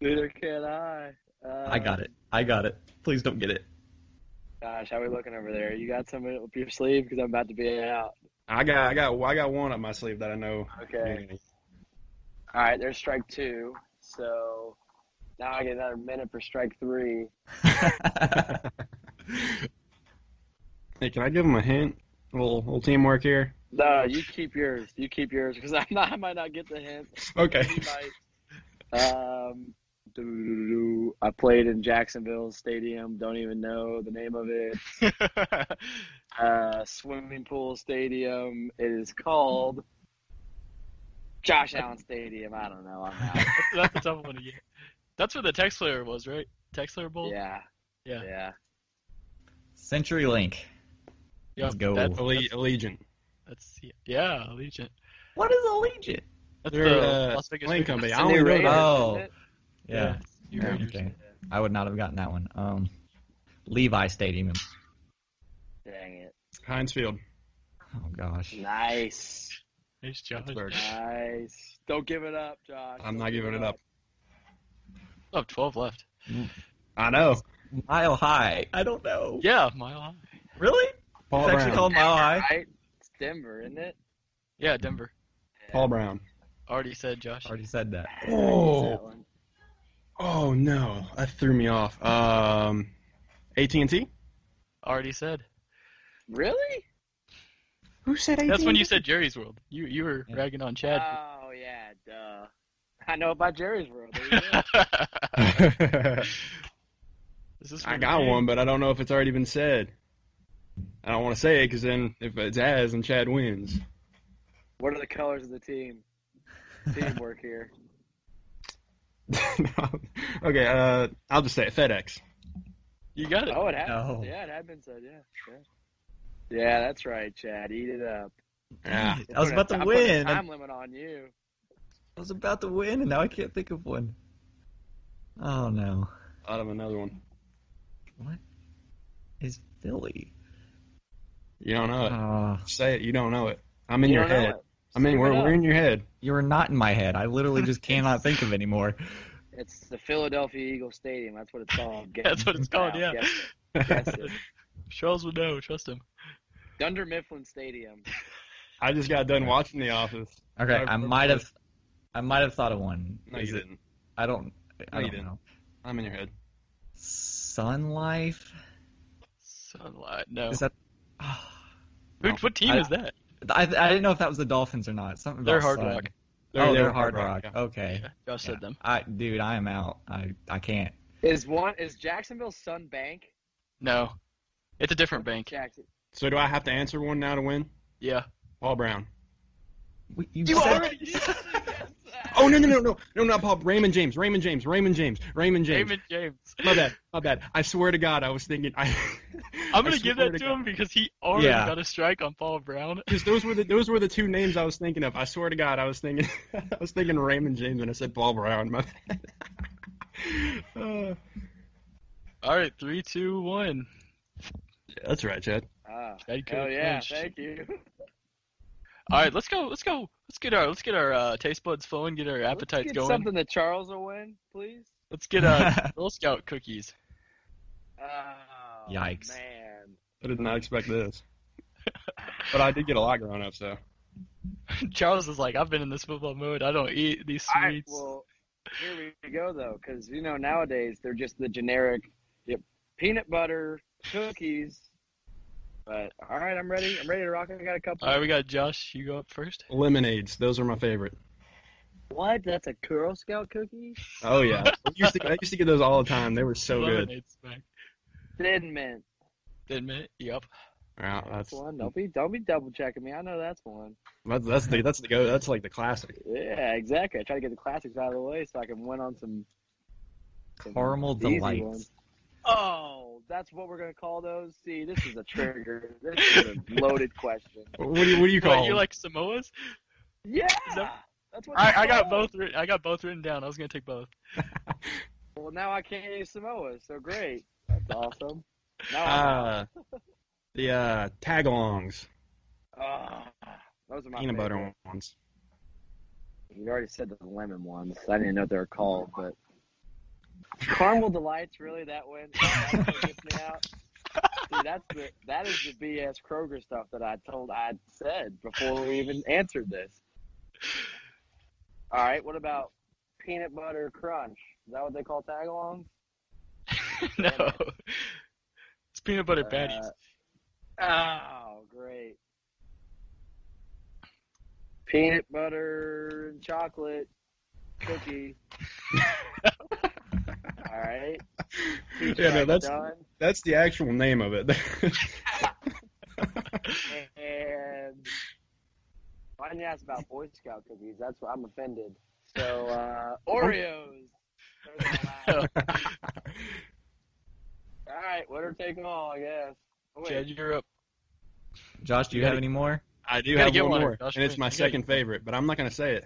C: Neither can I. Uh,
B: I got it. I got it. Please don't get it.
C: Gosh, how we looking over there? You got something up your sleeve? Because I'm about to be out.
A: I got I got I got one up my sleeve that I know.
C: Okay. All right, there's strike two. So now I get another minute for strike three.
A: Hey, can I give him a hint? A little, little teamwork here.
C: No, you keep yours. You keep yours because I'm not. I might not get the hint.
A: Okay.
C: He might. Um, doo-doo-doo-doo. I played in Jacksonville Stadium. Don't even know the name of it. Uh, swimming pool stadium. It is called Josh Allen Stadium. I don't know. I'm out.
D: That's a tough one to get. That's where the text layer was, right? Text layer bowl.
C: Yeah.
D: Yeah.
C: Yeah.
B: Century Link.
D: Yep,
B: Let's go.
D: That,
A: Alle- Allegiant.
D: that's yeah, Allegiant.
B: What is Allegiant?
D: That's
A: They're,
D: the
A: uh,
D: Las Vegas
A: plane
D: Raiders.
A: company.
C: It's
A: I
C: the
A: only
C: new
A: know
C: Raiders,
A: that.
B: Oh.
C: isn't it?
B: Yeah.
D: it's the
A: Yeah,
D: Raiders.
B: Okay. I would not have gotten that one. Um, Levi Stadium.
A: Oh.
C: Dang it.
A: Heinz Field.
B: Oh gosh.
C: Nice.
D: Nice job.
A: Pittsburgh.
C: Nice. Don't give it up, Josh.
A: I'm
C: Don't
A: not
C: give
A: giving it up.
D: Oh, 12 left.
A: I know.
B: Mile High. I don't know.
D: Yeah, mile high.
B: Really?
A: Paul
B: it's actually
A: Brown.
B: called Mile High.
C: Right? It's Denver, isn't it?
D: Yeah, Denver.
A: Paul Brown.
D: Already said, Josh.
B: Already said that.
C: Yeah, I used that
A: Oh.
C: one.
A: Oh no, that threw me off. Um, AT and T.
D: Already said.
C: Really?
A: Who said AT?
D: That's when you said Jerry's World. You you were
B: Yeah.
D: ragging on Chad.
C: Oh yeah, duh. I know about Jerry's World. There you
D: Uh,
C: go.
D: This is
A: I
D: for
A: got
D: you.
A: one, but I don't know if it's already been said. I don't want to say it because then if it has, then Chad wins.
C: what are the colors of the team? Teamwork here.
A: okay, uh, I'll just say it. FedEx.
D: You got it.
C: Oh, it had.
B: No.
C: Yeah, it had been said. Yeah. Yeah, yeah that's right, Chad. Eat it up.
A: Yeah.
B: I was
C: Put a-
B: about to
C: I put a
B: win. I
C: Time limit on you.
B: was about to win, and now I can't think of one. Oh no.
A: Out of another one.
B: What is Philly?
A: You don't know it.
B: Uh,
A: say it. You don't know it. I'm in
C: You
A: your
C: don't know
A: head.
C: it.
A: I mean,
C: Look
A: we're
C: it up.
A: we're in your head.
B: you are not in my head. I literally just cannot think of anymore.
C: It's the Philadelphia Eagles Stadium. That's what it's called. Get
D: That's what it's called,
C: out.
D: yeah.
C: Guess it. Guess it.
D: Charles would know. Trust him.
C: Dunder Mifflin Stadium.
A: I just got done watching The Office.
B: Okay,
A: I've
B: I
A: heard
B: might
A: of
B: have, I might have thought of one.
A: No,
B: Is
A: you
B: it-
A: didn't.
B: I don't.
A: No,
B: I
A: you
B: don't
A: didn't.
B: know.
A: I'm in your head.
B: Sun Life.
D: Sunlight. No.
B: Is that?
D: Who,
B: no.
D: What team
B: I-
D: is that?
B: I, I didn't know if that was the Dolphins or not. Something about
D: They're Hard
B: Sun.
D: Rock.
B: oh, they're, Hard Rock. Okay.
D: Yeah, Josh said them.
B: I dude, I am out. I I can't.
C: Is one is Jacksonville Sun Bank?
D: No. It's a different bank.
C: Jackson.
A: So do I have to answer one now to win?
D: Yeah.
A: Paul Brown.
B: Wait, You,
D: You
B: said-
D: already-
A: Oh no no no no no not Paul Raymond James Raymond James Raymond James Raymond James.
D: Raymond James.
A: My bad my bad. I swear to God I was thinking I.
D: I'm gonna give that to him because he already
B: Yeah.
D: got a strike on Paul Brown.
A: Because those were the those were the two names I was thinking of. I swear to God I was thinking I was thinking Raymond James and I said Paul Brown. My bad. Uh,
D: All right, three, two, one.
A: yeah, that's right, Chad.
C: Ah,
D: Thank
C: hell
D: you.
C: yeah,
D: Punch.
C: thank you.
D: All right, let's go. Let's go. Let's get our let's get our uh, taste buds flowing. Get our appetites
C: Let's get
D: going.
C: something that Charles will win, please.
D: Let's get uh, Girl Scout cookies.
C: Oh,
B: Yikes.
C: Man.
A: I did not expect this. But I did get a lot growing up, so.
D: Charles is like, I've been in this football mode. I don't eat these
C: All right,
D: sweets.
C: well, here we go, though, because, you know, nowadays they're just the generic yep, peanut butter cookies. But, all right, I'm ready. I'm ready to rock. I got a couple.
D: All right, we got Josh. You go up first.
A: Lemonades, those are my favorite.
C: What? That's a Girl Scout cookie?
A: Oh yeah, I used to, I used to get those all the time. They were so good.
D: Lemonade's back.
C: Thin Mint.
D: Thin Mint. Yep.
A: Well,
C: That's
A: that's
C: one. Don't be don't be double checking me. I know that's one.
A: that's that's the that's the go. That's like the classic.
C: Yeah, exactly. I try to get the classics out of the way so I can win on some some
B: Caramel
C: easy
B: delights.
C: ones. Oh, that's what we're gonna call those. See, this is a trigger. this is a loaded question.
A: What do you, what do you call?
D: Wait, you
A: them?
D: like Samoas?
C: Yeah,
D: that-
C: that's what
D: I,
C: they're
D: I got
C: called.
D: both. writ- I got both written down. I was gonna take both.
C: Well, now I can't use Samoa, so great. That's awesome. Now I'm-
A: uh, the uh, tagalongs,
C: Ah, those are my
A: peanut
C: favorite.
A: butter ones.
C: You already said the lemon ones. I didn't even know what they were called, but caramel delights. Really, that one. That one gets me out. See, that's the that is the BS Kroger stuff that I told I said before we even answered this. All right, what about peanut butter crunch? Is that what they call tagalongs?
D: no, it's peanut butter patties.
C: Uh, oh, great. Peanut butter and chocolate cookie. All right. Peach
A: Yeah, no,
C: Patch
A: that's-
C: done.
A: That's the actual name of it.
C: And why didn't you ask about Boy Scout cookies? That's why I'm offended. So uh, Oreos. Those are my last- All right, winner take all, I guess. Oh, wait.
D: Chad, you're up.
B: Josh, do you
A: You
B: have
A: gotta-
B: any more?
A: I do
D: You gotta
A: have
D: get
A: one
D: one,
A: more,
D: Josh,
A: and it's
D: please.
A: my
D: You gotta
A: second favorite, but I'm not gonna say it.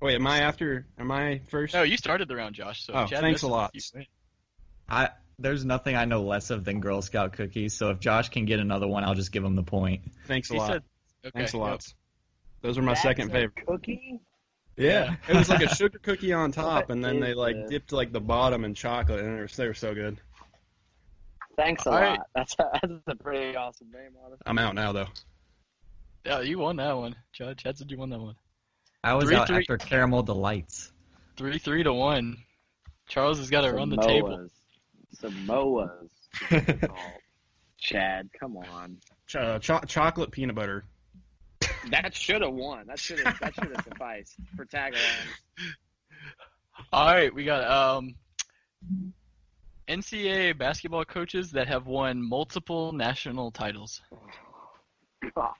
A: Wait, am I after? Am I first?
D: No, you started the round, Josh. So
A: Oh,
D: Chad
A: thanks a
D: misses,
A: lot.
D: you win.
B: I there's nothing I know less of than Girl Scout cookies. So if Josh can get another one, I'll just give him the point.
A: Thanks a
D: He
A: lot.
D: said- okay,
A: Thanks a
D: yep.
A: lot. Those are my
C: That's
A: second
C: a
A: favorite.
C: Cookie?
A: Yeah, it was like a sugar cookie on top,
C: What
A: and then
C: is
A: they like
C: this?
A: dipped like the bottom in chocolate, and they were, they were so good.
C: Thanks a
D: All
C: lot.
D: right.
C: That's a, that's a pretty awesome name, honestly.
A: I'm out now though.
D: Yeah, you won that one. Chad, Chad said you won that one.
B: I was
D: Three,
B: out
D: three.
B: after caramel delights.
D: Three, three to one. Charles has got to run the
C: Samoas.
D: table.
C: Samoas. is what they're called. Chad, come on.
A: Ch- uh, cho- chocolate peanut butter.
C: That should have won. That should have that should have sufficed for tagalongs.
D: All right, we got um, NCAA basketball coaches that have won multiple national titles.
C: God.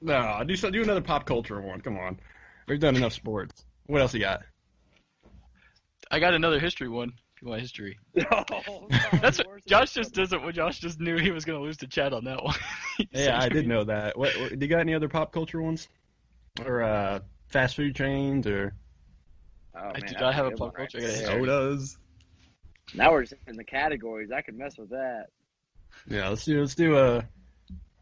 A: No, do so, do another pop culture one. Come on, we've done enough sports. What else you got?
D: I got another history one. If you want history,
C: Oh, God,
D: that's
C: worse
D: what,
C: than
D: Josh
C: that.
D: just doesn't. What Josh just knew he was gonna lose to Chad on that one. He said,
A: Yeah, I did know that. What, what do you got? Any other pop culture ones, or uh, fast food chains, or
C: Oh, man,
D: I did
C: that's
D: not have a
C: good
D: pop
C: one right
D: culture. I gotta
C: there.
D: hit
B: Sodas.
C: Now we're just in the categories. I could mess with that.
A: yeah? Let's do let's do a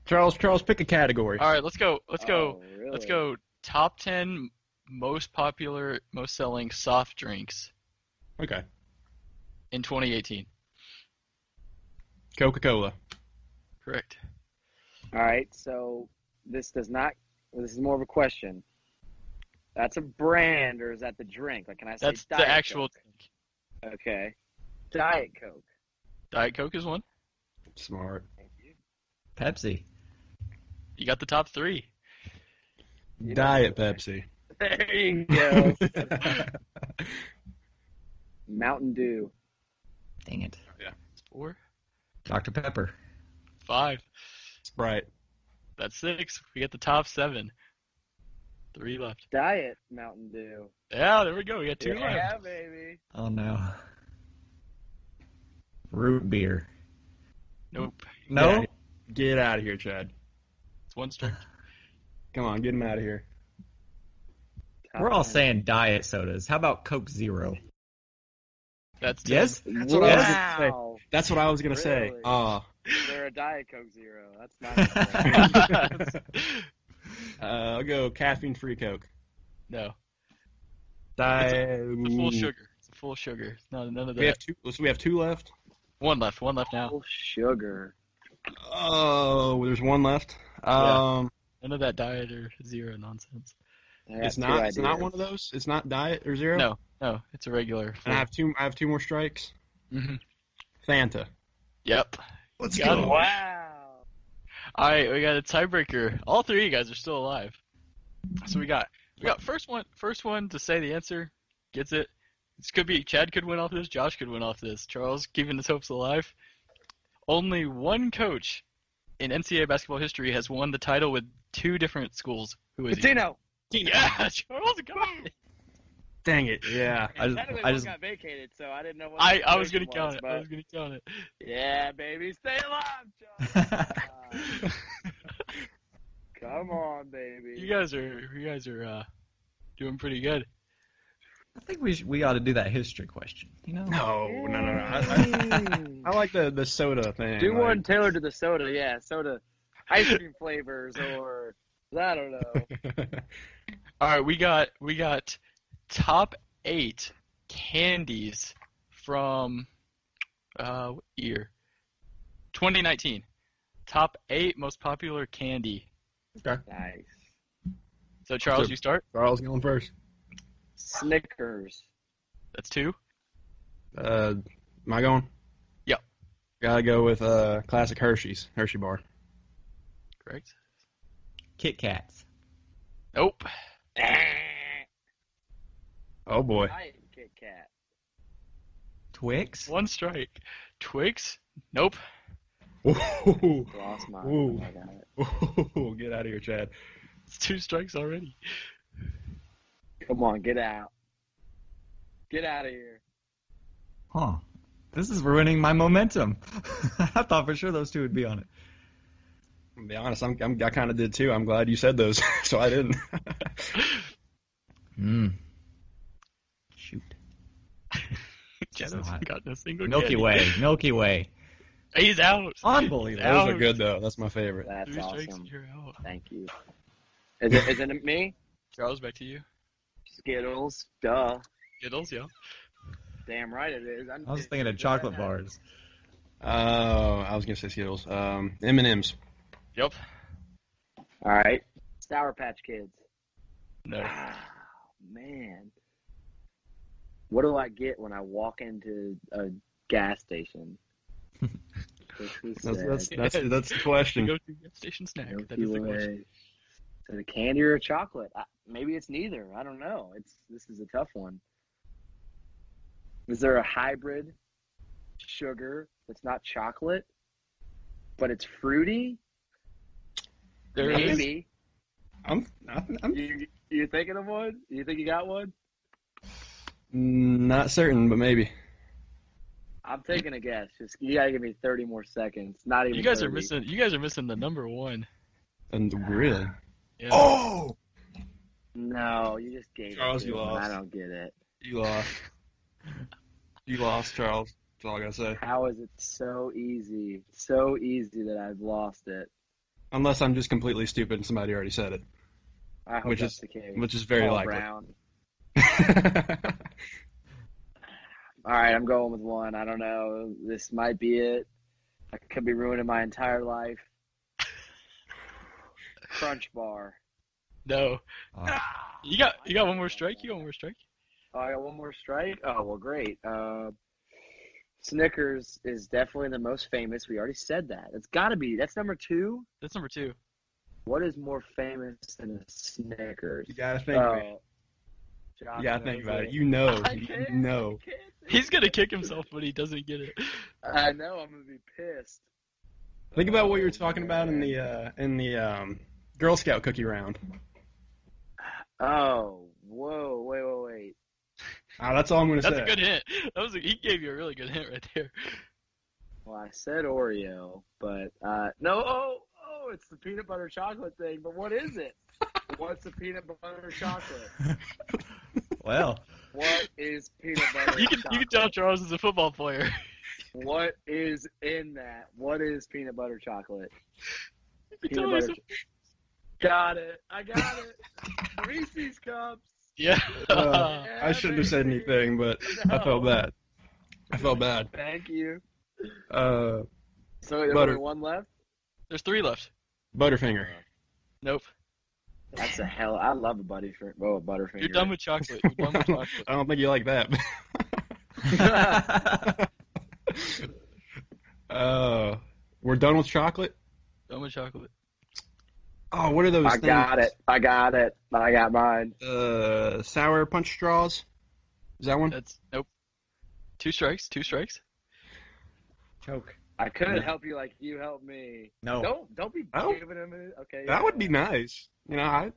A: Charles Charles pick a category.
D: All right, let's go. Let's go.
C: Oh, really?
D: Let's go. Top ten most popular, most selling soft drinks
A: Okay,
D: in 2018.
A: Coca Cola.
D: Correct.
C: All right, so this does not. This is more of a question. That's a brand, or is that the drink? Like, can I say
D: That's
C: Diet
D: the actual.
C: Coke? Okay, Diet Coke.
D: Diet Coke is one.
A: Smart.
C: Thank you.
B: Pepsi.
D: You got the top three.
C: You know-
A: Diet Pepsi.
C: There you go. Mountain Dew.
B: Dang it.
D: Four,
B: Dr. Pepper.
D: five.
A: Sprite.
D: That's six. We got the top seven. Three left.
C: Diet Mountain Dew.
D: Yeah, there we go. We got two left.
C: yeah, baby.
B: Oh no. Root beer.
D: Nope.
B: No.
A: Yeah. Get out of here, Chad.
D: It's one string.
A: Come on, get him out of here.
B: We're all saying diet sodas. How about Coke Zero?
D: That's ten.
B: Yes.
A: That's what I was gonna say.
C: Wow.
A: That's what I was gonna say.
C: Really?
A: Ah.
C: They're a Diet Coke Zero. That's not.
A: Uh, I'll go caffeine free Coke.
D: no.
A: Diet.
D: It's a full sugar. It's a full sugar. It's not none of
A: Mm. We have
D: that.
A: two. So we have two left.
D: One left. One left now.
C: Full sugar.
A: Oh, there's one left. Um,
D: None of that diet or zero nonsense.
C: I got
A: it's
C: two
A: not. It's not
C: ideas.
A: one of those. It's not diet or zero.
D: No. No. It's a regular.
A: And I have two. I have two more strikes.
D: Mhm.
A: Fanta.
D: Yep.
A: Let's
D: Got go.
C: Wow.
D: All right, we got a tiebreaker. All three of you guys are still alive. So we got we got first one first one to say the answer gets it. This could be Chad could win off this, Josh could win off this. Charles keeping his hopes alive. Only one coach in NCAA basketball history has won the title with two different schools. Who is
C: Pitino.
D: he? Yeah, Charles Gardner.
A: Dang it. Yeah.
B: I just-
C: Technically,
B: I
C: one
B: just-
C: got vacated, so I didn't know. What
D: I,
C: the
D: I was gonna
C: situation
D: count it. I
C: but-
D: was gonna count it.
C: Yeah, baby, stay alive, John.
B: I
C: Come on, baby.
D: You guys are you guys are uh, doing pretty good.
B: think we should, we ought to do that history question. You know.
A: No, Oh, no, no, no. I, I,
C: Mm.
A: I like the, the soda thing.
C: Do
A: like-
C: one tailored to the soda, yeah, soda, ice cream flavors, or I don't know.
D: All right, we got we got top eight candies from uh, what year 2019. Top eight most popular candy.
C: Nice.
D: So Charles,
A: Sure.
D: you start.
A: Charles going first.
C: Snickers.
D: That's two.
A: Uh, am I going?
D: Yep.
A: Gotta go with uh, classic Hershey's, Hershey bar.
D: Correct.
B: Kit Kats.
D: Nope.
C: I
A: Oh boy.
C: ate Kit Kat.
B: Twix.
D: One strike. Twix. Nope.
A: Ooh,
C: Lost mine.
A: Ooh.
C: I got it.
A: Ooh, get out of here, Chad.
D: It's two strikes already.
C: Come on, get out. Get out of here.
B: Huh. This is ruining my momentum. I thought for sure those two would be on it.
A: I'm gonna be honest, I'm, I'm, I kind of did too. I'm glad you said those, so I didn't.
B: Hmm. Shoot.
D: Jed
B: not-
D: hasn't gotten a single
B: Milky
D: candy.
B: Way. Milky Way.
D: He's out.
B: Unbelievable.
A: those are good though. That's my favorite.
C: That's
D: Three strikes.
C: awesome.
D: You're out.
C: Thank you. Is it, is it me?
D: Charles, back to you.
C: Skittles. Duh.
D: Skittles, yeah.
C: Damn right it is.
B: I was thinking of chocolate bars.
A: Oh, I was gonna say Skittles. Um, M and M's.
D: Yep.
C: All right. Sour Patch Kids.
D: No.
C: Ah, man. What do I get when I walk into a gas station? This is
A: That's
C: sad.
A: that's that's, that's the question.
D: Go to gas station snack. That
C: Milky
D: is the question.
C: Way. Is it a candy or a chocolate? I, maybe it's neither. I don't know. It's this is a tough one. Is there a hybrid sugar that's not chocolate, but it's fruity?
D: There is.
C: maybe.
A: I'm, I'm, I'm
C: You you thinking of one? You think you got one?
A: not certain, but maybe.
C: I'm taking a guess. Just you gotta give me 30 more seconds. Not even.
D: You guys are
C: 30.
D: missing. You guys are missing the number one.
A: And really.
D: Yeah.
A: Oh,
C: No, you just gave.
A: Charles,
C: it to
A: you
C: him.
A: lost.
C: I don't get it.
A: you lost. You lost, Charles. That's all I gotta say.
C: How is it so easy? So easy that I've lost it.
A: Unless I'm just completely stupid and somebody already said it,
C: I hope
A: Which
C: that's
A: is-
C: the case.
A: which is very
C: Paul
A: likely.
C: Brown. All right, I'm going with one. I don't know. This might be it. I could be ruining my entire life. Crunch bar.
D: No.
B: Uh,
D: You got. You got one more strike. You got one more strike.
C: Oh, I got one more strike. Oh well, great. Uh, Snickers is definitely the most famous. We already said that. It's got to be. That's number two.
D: That's number two.
C: What is more famous than a Snickers?
A: you gotta think.
C: Oh,
A: about it.
C: John
A: You gotta
C: knows
A: think about it. You know.
C: I
A: You
C: can't,
A: know.
C: I can't.
D: He's gonna kick himself when he doesn't get it.
C: I know. I'm gonna be pissed.
A: Think about what you were
C: Oh,
A: talking about in
C: man.
A: the uh, in the um, Girl Scout cookie round.
C: Oh, whoa, wait, wait, wait.
A: Ah, that's all I'm gonna
D: That's
A: say.
D: a good hint. That was. A, he gave you a really good hint right there.
C: Well, I said Oreo, but uh, no. Oh, oh, it's the peanut butter chocolate thing. But what is it? What's a peanut butter chocolate?
B: well,
C: What is peanut butter
D: You can. You can
C: chocolate?
D: tell Charles is a football player.
C: What is in that? What is peanut butter chocolate?
D: You can
C: Peanut
D: tell he's
C: butter.
D: a-
C: Got it. I got it. Reese's cups.
D: yeah.
A: Uh, I
C: Yeah,
A: shouldn't have said
C: baby.
A: anything, but I felt
C: No.
A: bad. I felt bad.
C: Thank you.
A: Uh,
C: So there's
A: Butter.
C: only one left.
D: There's three left.
A: Butterfinger.
D: Nope.
C: That's a hell. I love a buddy for oh, a butterfinger.
D: You're done with chocolate.
A: I
D: You're done with
A: don't-
D: chocolate.
A: I don't think you like that. uh, we're done with chocolate.
D: Done with chocolate.
A: Oh, what are those?
C: I
A: things?
C: got it. I got it. I got mine.
A: Uh, sour punch straws. Is that one?
C: Uh,
D: That's nope. Two strikes. Two strikes.
B: choke.
C: I couldn't
B: Yeah.
C: help you like you helped me.
A: No.
C: Don't don't be
A: Oh.
C: giving him. An, okay, yeah.
A: That would be nice. You know, I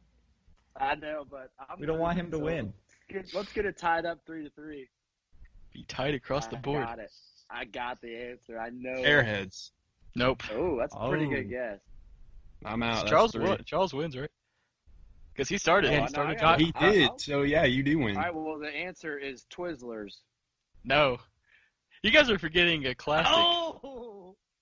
C: I know, but I'm
B: We don't want him to
C: so
B: win.
C: let's get- Let's get it tied up three to three.
D: Be tight across the
C: I
D: board.
C: Ah, Got it. I got the answer. I know.
A: airheads.
D: Nope.
C: Oh, that's a pretty
B: Oh.
C: good guess.
A: I'm out. Oh, That's
D: Charles
A: three.
D: win, Charles wins, right? Because he started.
C: Oh,
D: he
C: no,
D: started
C: I got
D: talking.
A: He did. So yeah, you do win.
C: All right. Well, the answer is Twizzlers.
D: No. You guys are forgetting a classic.
B: Oh,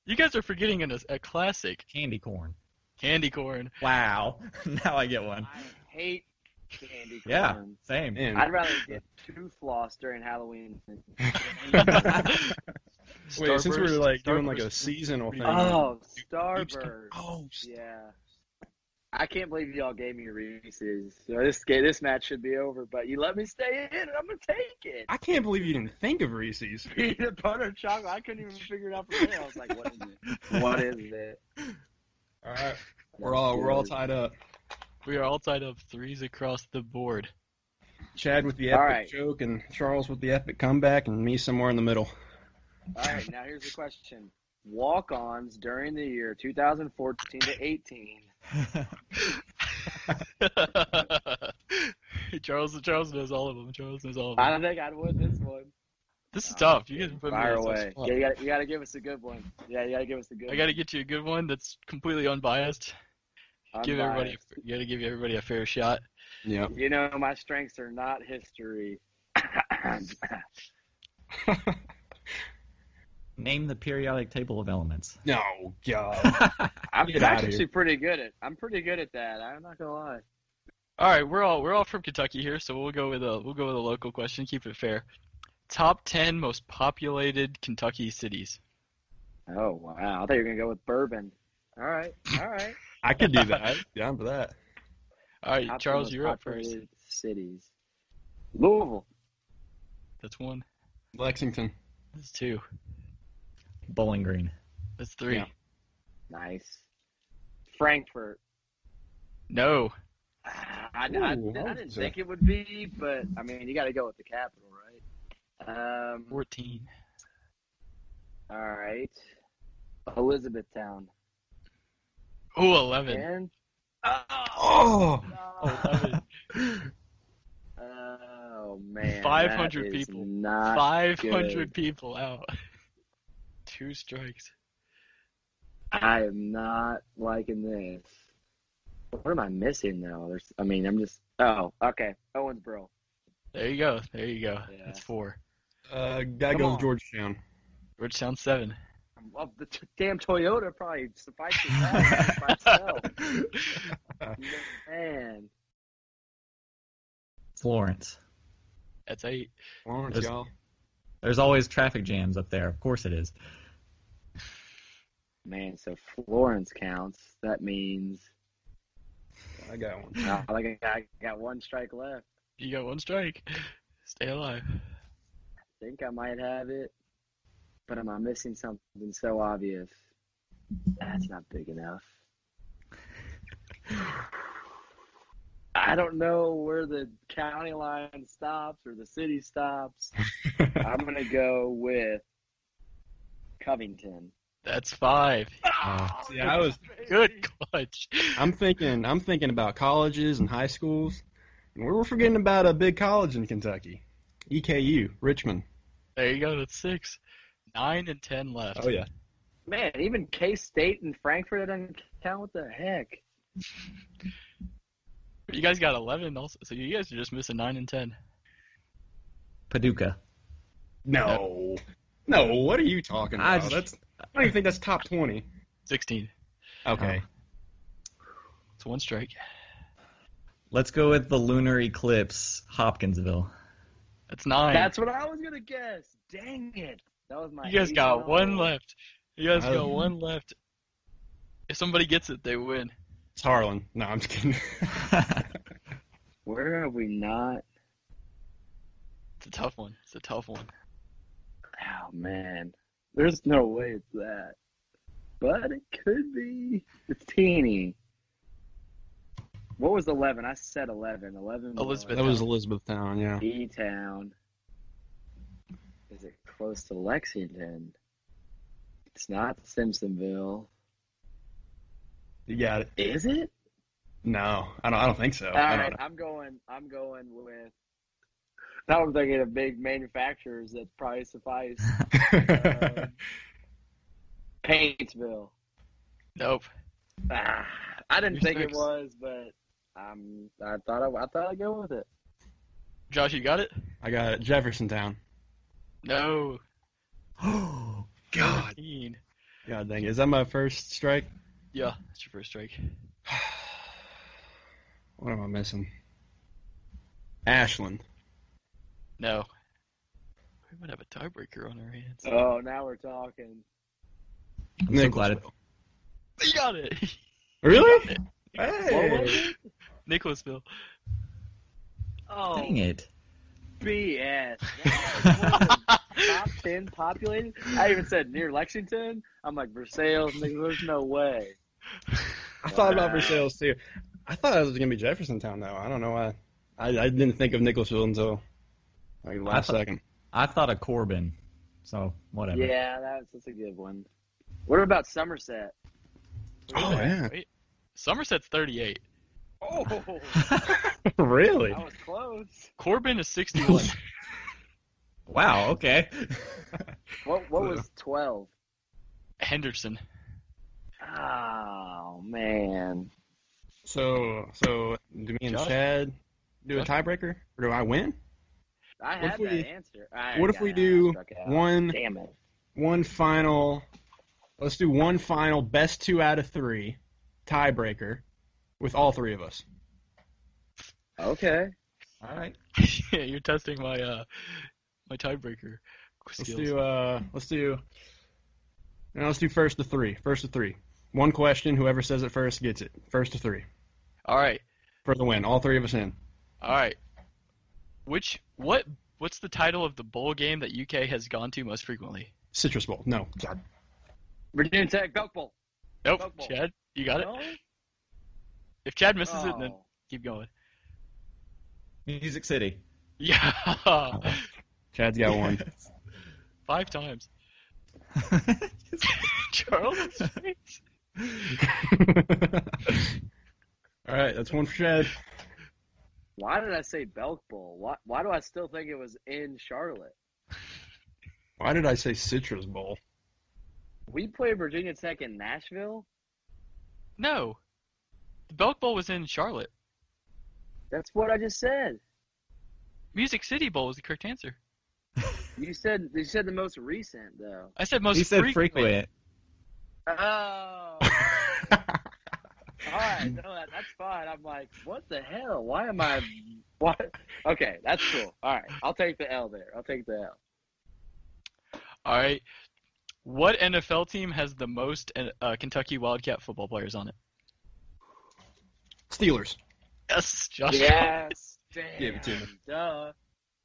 D: You guys are forgetting an, a classic.
B: candy corn.
D: Candy corn.
B: Wow. now I get one.
C: I hate candy corn.
B: Yeah. Same.
A: Man.
C: I'd rather get tooth floss during Halloween. than- Oh,
A: Wait, since we're
D: Starburst-
A: like doing like a
D: Starburst.
A: seasonal thing.
C: Oh, Starburst.
A: Oh,
C: Yeah. I can't believe y'all gave me Reese's. So this game, this match should be over, but you let me stay in, and I'm gonna take it.
A: I can't believe you didn't think of Reese's.
C: Peanut butter chocolate. I couldn't even figure it out from there. I was like, what is it? What is it?
A: All right, we're all we're all tied up.
D: We are all tied up threes across the board.
A: Chad with the
C: All
A: epic
C: right.
A: joke, and Charles with the epic comeback, and me somewhere in the middle.
C: All right, now here's the question. Walk-ons during the year 2014 to 18.
D: Charles, Charles knows all of them. Charles knows all of them.
C: I don't think I'd win this one.
D: this is tough. You guys put me
C: Fire
D: in a tough
C: away.
D: spot.
C: Yeah, you gotta, you gotta give us a good one. Yeah, you gotta give us a good
D: I
C: one.
D: gotta get you a good one that's completely unbiased.
C: I'm
D: Give everybody,
C: biased.
D: a, you gotta give everybody a fair shot.
A: Yeah.
C: You know, my strengths are not history.
B: Name the periodic table of elements.
A: No God.
C: I'm
A: Get outta
C: actually
A: here.
C: pretty good at. I'm pretty good at that. I'm not gonna lie.
D: All right, we're all we're all from Kentucky here, so we'll go with a we'll go with a local question. Keep it fair. Top ten most populated Kentucky cities.
C: Oh wow! I thought you were gonna go with bourbon. All right, all right.
A: I could do that. I'm Down for that.
D: All right,
C: Top
D: Charles,
C: most
D: you're up first.
C: populated Cities. Louisville.
D: That's one.
A: Lexington.
D: That's two.
B: Bowling Green.
D: That's three.
A: Yeah.
C: Nice. Frankfurt.
D: No.
C: Ah, I, I- I
A: Ooh, I
C: didn't
A: was, uh,
C: think it would be, but I mean, you got to go with the capital, right? Um,
D: Fourteen.
C: all right. Elizabethtown.
D: Oh, eleven.
C: And
A: Oh,
C: oh, man,
D: 500
C: that is
D: people.
C: Not
D: Five
C: good.
D: hundred people out. Two strikes.
C: I am not liking this. What am I missing though? There's, I mean, I'm just. Oh, okay. Owensboro.
D: There you go. There you go.
C: Yeah.
D: That's four.
A: uh, gotta
C: Come
A: go
C: on.
A: with Georgetown.
D: Georgetown seven.
C: Well, the t- damn Toyota probably suffices that by itself. Man,
B: Florence.
D: That's eight.
A: Lawrence,
B: There's-
A: y'all.
B: There's always traffic jams up there. Of course it is.
C: man. So Florence counts. That means
A: I got one.
C: uh, like I got, I got one strike left.
D: You got one strike. Stay alive.
C: I think I might have it, but am I missing something so obvious? That's not big enough. I don't know where the county line stops or the city stops. I'm gonna go with Covington.
D: That's five.
B: Uh,
A: See, I was.
D: Good clutch.
A: I'm thinking. I'm thinking about colleges and high schools, and we were forgetting about a big college in Kentucky, EKU, Richmond.
D: There you go. That's six. Nine and ten left.
A: Oh, yeah.
C: Man, even K State and Frankfurt doesn't count. What the heck?
D: You guys got eleven also. So you guys are just missing nine and ten.
B: Paducah.
A: No. No. What are you talking
B: I
A: about?
B: just-
A: that's. I don't even think that's top twenty. Uh,
D: Sixteen.
B: Uh,
A: Okay.
D: It's one strike.
B: Let's go with the lunar eclipse, Hopkinsville.
D: That's nine.
C: That's what I was gonna guess. Dang it! That was my.
D: you guys
C: eight
D: got
C: in a
D: one
C: row.
D: left. You guys got
A: Um,
D: one left. If somebody gets it, they win.
A: It's Harlan. No, I'm just kidding.
C: Where are we not?
D: It's a tough one. It's a tough one.
C: Oh man, there's no way it's that, but it could be. It's teeny. What was eleven? I said eleven. Eleven.
D: Elizabeth.
A: that was Elizabethtown. Yeah.
C: E town. Is it close to Lexington? It's not Simpsonville.
A: You got it.
C: Is it?
A: No, I don't. I don't think so.
C: All
A: Oh, I don't
C: right,
A: know.
C: I'm going. I'm going with. Now I'm thinking of big manufacturers that probably suffice. Um, Paintsville.
D: Nope.
C: Ah, I didn't
D: You're
C: think it
D: six.
C: was, but um, I thought I, I thought I'd go with it.
D: Josh, you got it?
A: I got it. Jeffersontown.
D: No.
A: Oh
D: Thirteen.
A: God dang it! Is that my first strike?
D: Yeah, that's your first strike.
A: What am I missing? Ashland.
D: No. We might have a tiebreaker on our hands.
C: Oh, now we're talking.
B: I'm so glad it,
D: You got it.
A: Really?
C: What was
A: Hey.
C: it?
D: Nicholasville.
C: Oh,
B: Dang it.
C: BS. That was one of the top ten populated. I even said near Lexington. I'm like Versailles. nigga, There's no way.
A: I thought about Versailles too. I thought it was gonna be Jeffersontown though. I don't know why. I, I didn't think of Nicholasville until like the
B: I
A: last
B: thought-
A: second.
B: I thought of Corbin, so whatever.
C: Yeah, that's that's a good one. What about Somerset?
A: Oh yeah.
D: Wait. Somerset's 38.
C: Oh,
A: really?
C: I was close.
D: Corbin is 61.
B: wow, okay.
C: What what was twelve?
D: Henderson.
C: Oh man.
A: So so do me and
D: Josh?
A: Chad do a
D: Josh?
A: tiebreaker or do I win?
C: I
A: What
C: had
A: if
C: that
A: we-
C: answer. I
A: what if
C: got
A: we
C: out,
A: do
C: struck out.
A: One
C: Damn it.
A: one final. Let's do one final best two out of three tiebreaker with all three of us.
C: Okay.
B: All right.
D: yeah, you're testing my uh my tiebreaker
A: Let's
D: skills.
A: do uh let's do no, let's do first to three. First to three. One question, whoever says it first gets it. First to three.
D: All right.
A: For the win. All three of us in.
D: All right. Which what what's the title of the bowl game that UK has gone to most frequently?
A: Citrus Bowl. No. God.
C: Virginia Tech Belk Bowl.
D: Nope.
C: Milk Bowl.
D: Chad, you got it.
C: No?
D: If Chad misses it, then
C: Oh.
D: keep going.
B: Music City.
D: Yeah.
A: Chad's got one.
D: Five times. Charles.
A: all right, that's one for Chad.
C: Why did I say Belk Bowl? Why, why do I still think it was in Charlotte?
A: Why did I say Citrus Bowl?
C: We played Virginia Tech in Nashville.
D: no. The Belk Bowl was in Charlotte.
C: That's what I just said.
D: Music City Bowl was the correct answer.
C: You said you said the most recent though.
D: I said most
B: he said
D: frequent.
B: frequent.
C: Oh. All right, no, that, that's fine. I'm like, what the hell? Why am I? What? Okay, that's cool. All right, I'll take the L there. I'll take the L.
D: All right. What NFL team has the most uh, Kentucky Wildcat football players on it?
A: Steelers.
D: Yes, Josh.
C: Yes, damn.
A: Give it to me.
C: Duh.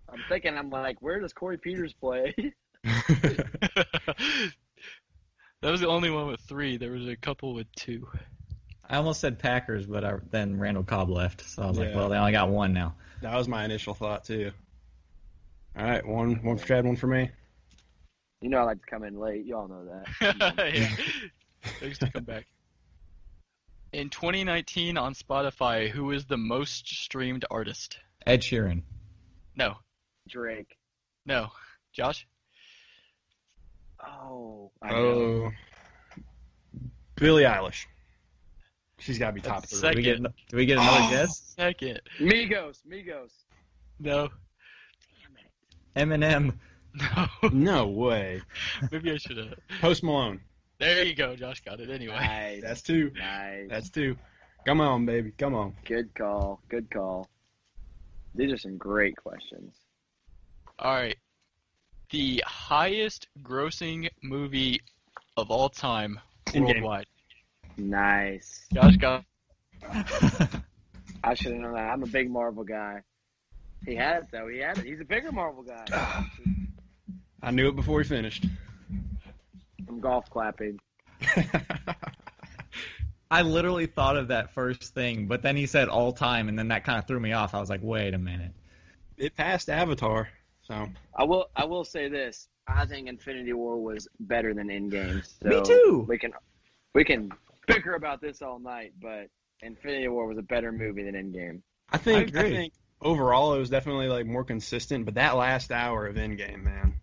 C: I'm thinking. I'm like, where does Corey Peters play?
D: that was the only one with three. There was a couple with two.
B: I almost said Packers, but I, then Randall Cobb left, so I was like,
A: Yeah.
B: well, they only got one now.
A: That was my initial thought too. All right, one one for Chad, one for me.
C: you know, I like to come in late. Y'all know that.
D: yeah. Thanks to come back. In 2019 on Spotify, who is the most streamed artist?
B: Ed Sheeran.
D: No,
C: Drake.
D: no. Josh?
C: Oh, I know.
A: Oh, Billie Eilish. She's got to be top
D: That's
A: three.
B: Do we get,
D: Second.
B: do we get another
A: Oh.
B: guess?
D: Second.
C: Migos. Migos.
D: No,
C: Damn it.
B: Eminem.
D: no.
A: No way.
D: Maybe I should have.
A: Post Malone.
D: There you go. Josh got it anyway.
C: Nice.
A: That's two.
C: nice.
A: That's two. Come on, baby. Come on.
C: Good call. Good call. These are some great questions.
D: All right. The highest grossing movie of all time
A: In-game.
D: worldwide.
C: Nice.
D: Josh got
C: I should have known that. I'm a big Marvel guy. He had it though. He had it. He's a bigger Marvel guy.
A: I knew it before he finished.
C: I'm golf clapping.
B: I literally thought of that first thing, but then he said all time, and then that kind of threw me off. I was like, wait a minute.
A: it passed Avatar, so
C: I will. I will say this. I think Infinity War was better than Endgame. So
B: Me too.
C: We can we can bicker about this all night, but Infinity War was a better movie than Endgame.
A: I think I,
B: agree.
A: think overall it was definitely like more consistent, but that last hour of Endgame, man.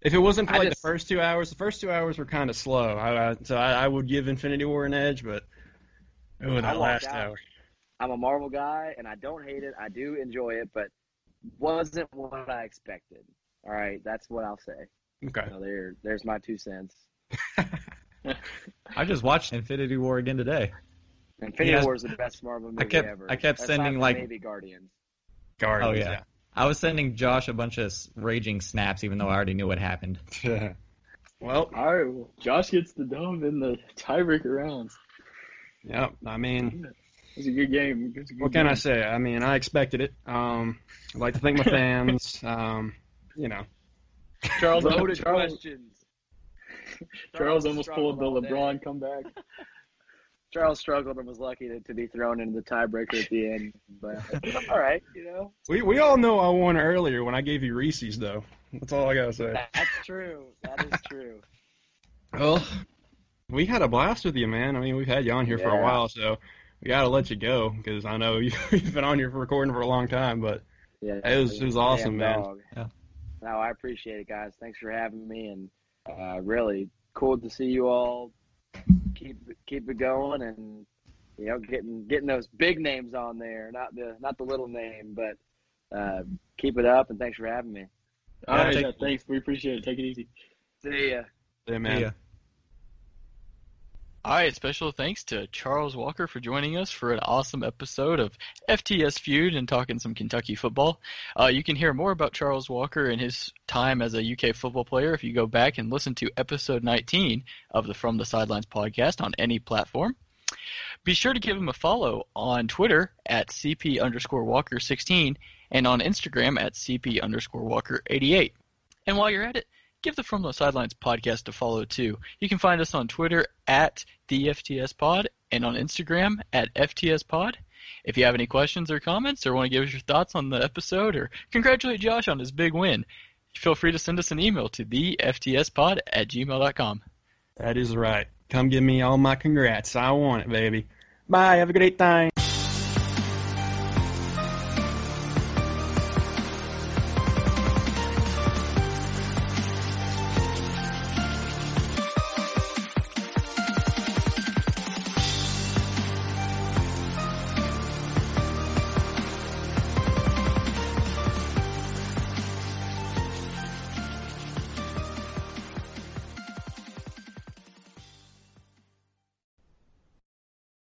A: If it wasn't for
C: I
A: like
C: just-
A: the first two hours, the first two hours were kind of slow. I, I, so I, I would give Infinity War an edge, but oh, that
C: walked
A: last
C: out.
A: hour.
C: I'm a Marvel guy, and I don't hate it. I do enjoy it, but wasn't what I expected. All right, that's what I'll say.
A: Okay.
C: So there, there's my two cents.
B: I just watched Infinity War again today.
C: Infinity
B: Yes.
C: War is the best Marvel movie
B: I kept-
C: ever.
B: I kept
C: Aside
B: sending,
C: from
B: like-
C: maybe Guardians.
A: Guardians,
B: Oh, yeah. I was sending Josh a bunch of s- raging snaps, even though I already knew what happened.
A: yeah. well,
E: All right, well, Josh gets the dome in the tiebreaker rounds.
A: yeah. I mean,
E: It was a good game. It was a good
A: what can
E: game.
A: I say? I mean, I expected it. Um, I'd like to thank my fans. um, you know,
C: Charles
E: Loaded
C: loaded
E: Charles-
C: questions.
E: Charles almost
C: struggled
E: pulled the
C: all day.
E: LeBron comeback.
C: Charles struggled and was lucky to, to be thrown into the tiebreaker at the end. But all right, you know
A: we we all know I won earlier when I gave you Reese's, though. That's all I gotta say.
C: that's true. That is true.
A: Well, we had a blast with you, man. I mean, we've had you on here for a
C: Yeah.
A: while, so we gotta let you go because I know you- you've been on here for recording for a long time. But
C: Yeah,
A: It was- it was
C: damn
A: awesome, man.
C: dog.
B: Yeah.
C: No, I appreciate it, guys. Thanks for having me, and uh, really cool to see you all. Keep keep it going, and you know, getting getting those big names on there, not the not the little name, but uh, keep it up. And thanks for having me.
E: All
B: Yeah,
E: right,
B: take-
E: yeah, thanks. We appreciate it. Take it easy.
C: See ya.
A: yeah, man,
B: Yeah.
D: All right, special thanks to Charles Walker for joining us for an awesome episode of FTS Feud and talking some Kentucky football. Uh, you can hear more about Charles Walker and his time as a UK football player if you go back and listen to episode 19 of the From the Sidelines podcast on any platform. Be sure to give him a follow on Twitter at CP underscore Walker 16 and on Instagram at CP underscore Walker 88. And while you're at it, give the From the Sidelines podcast a follow too. You can find us on Twitter at the FTS Pod and on Instagram at FTS Pod. If you have any questions or comments or want to give us your thoughts on the episode or congratulate Josh on his big win, feel free to send us an email to the FTSpod at gmail.com.
A: that is right. Come give me all my congrats. I want it, baby. Bye. Have a great time.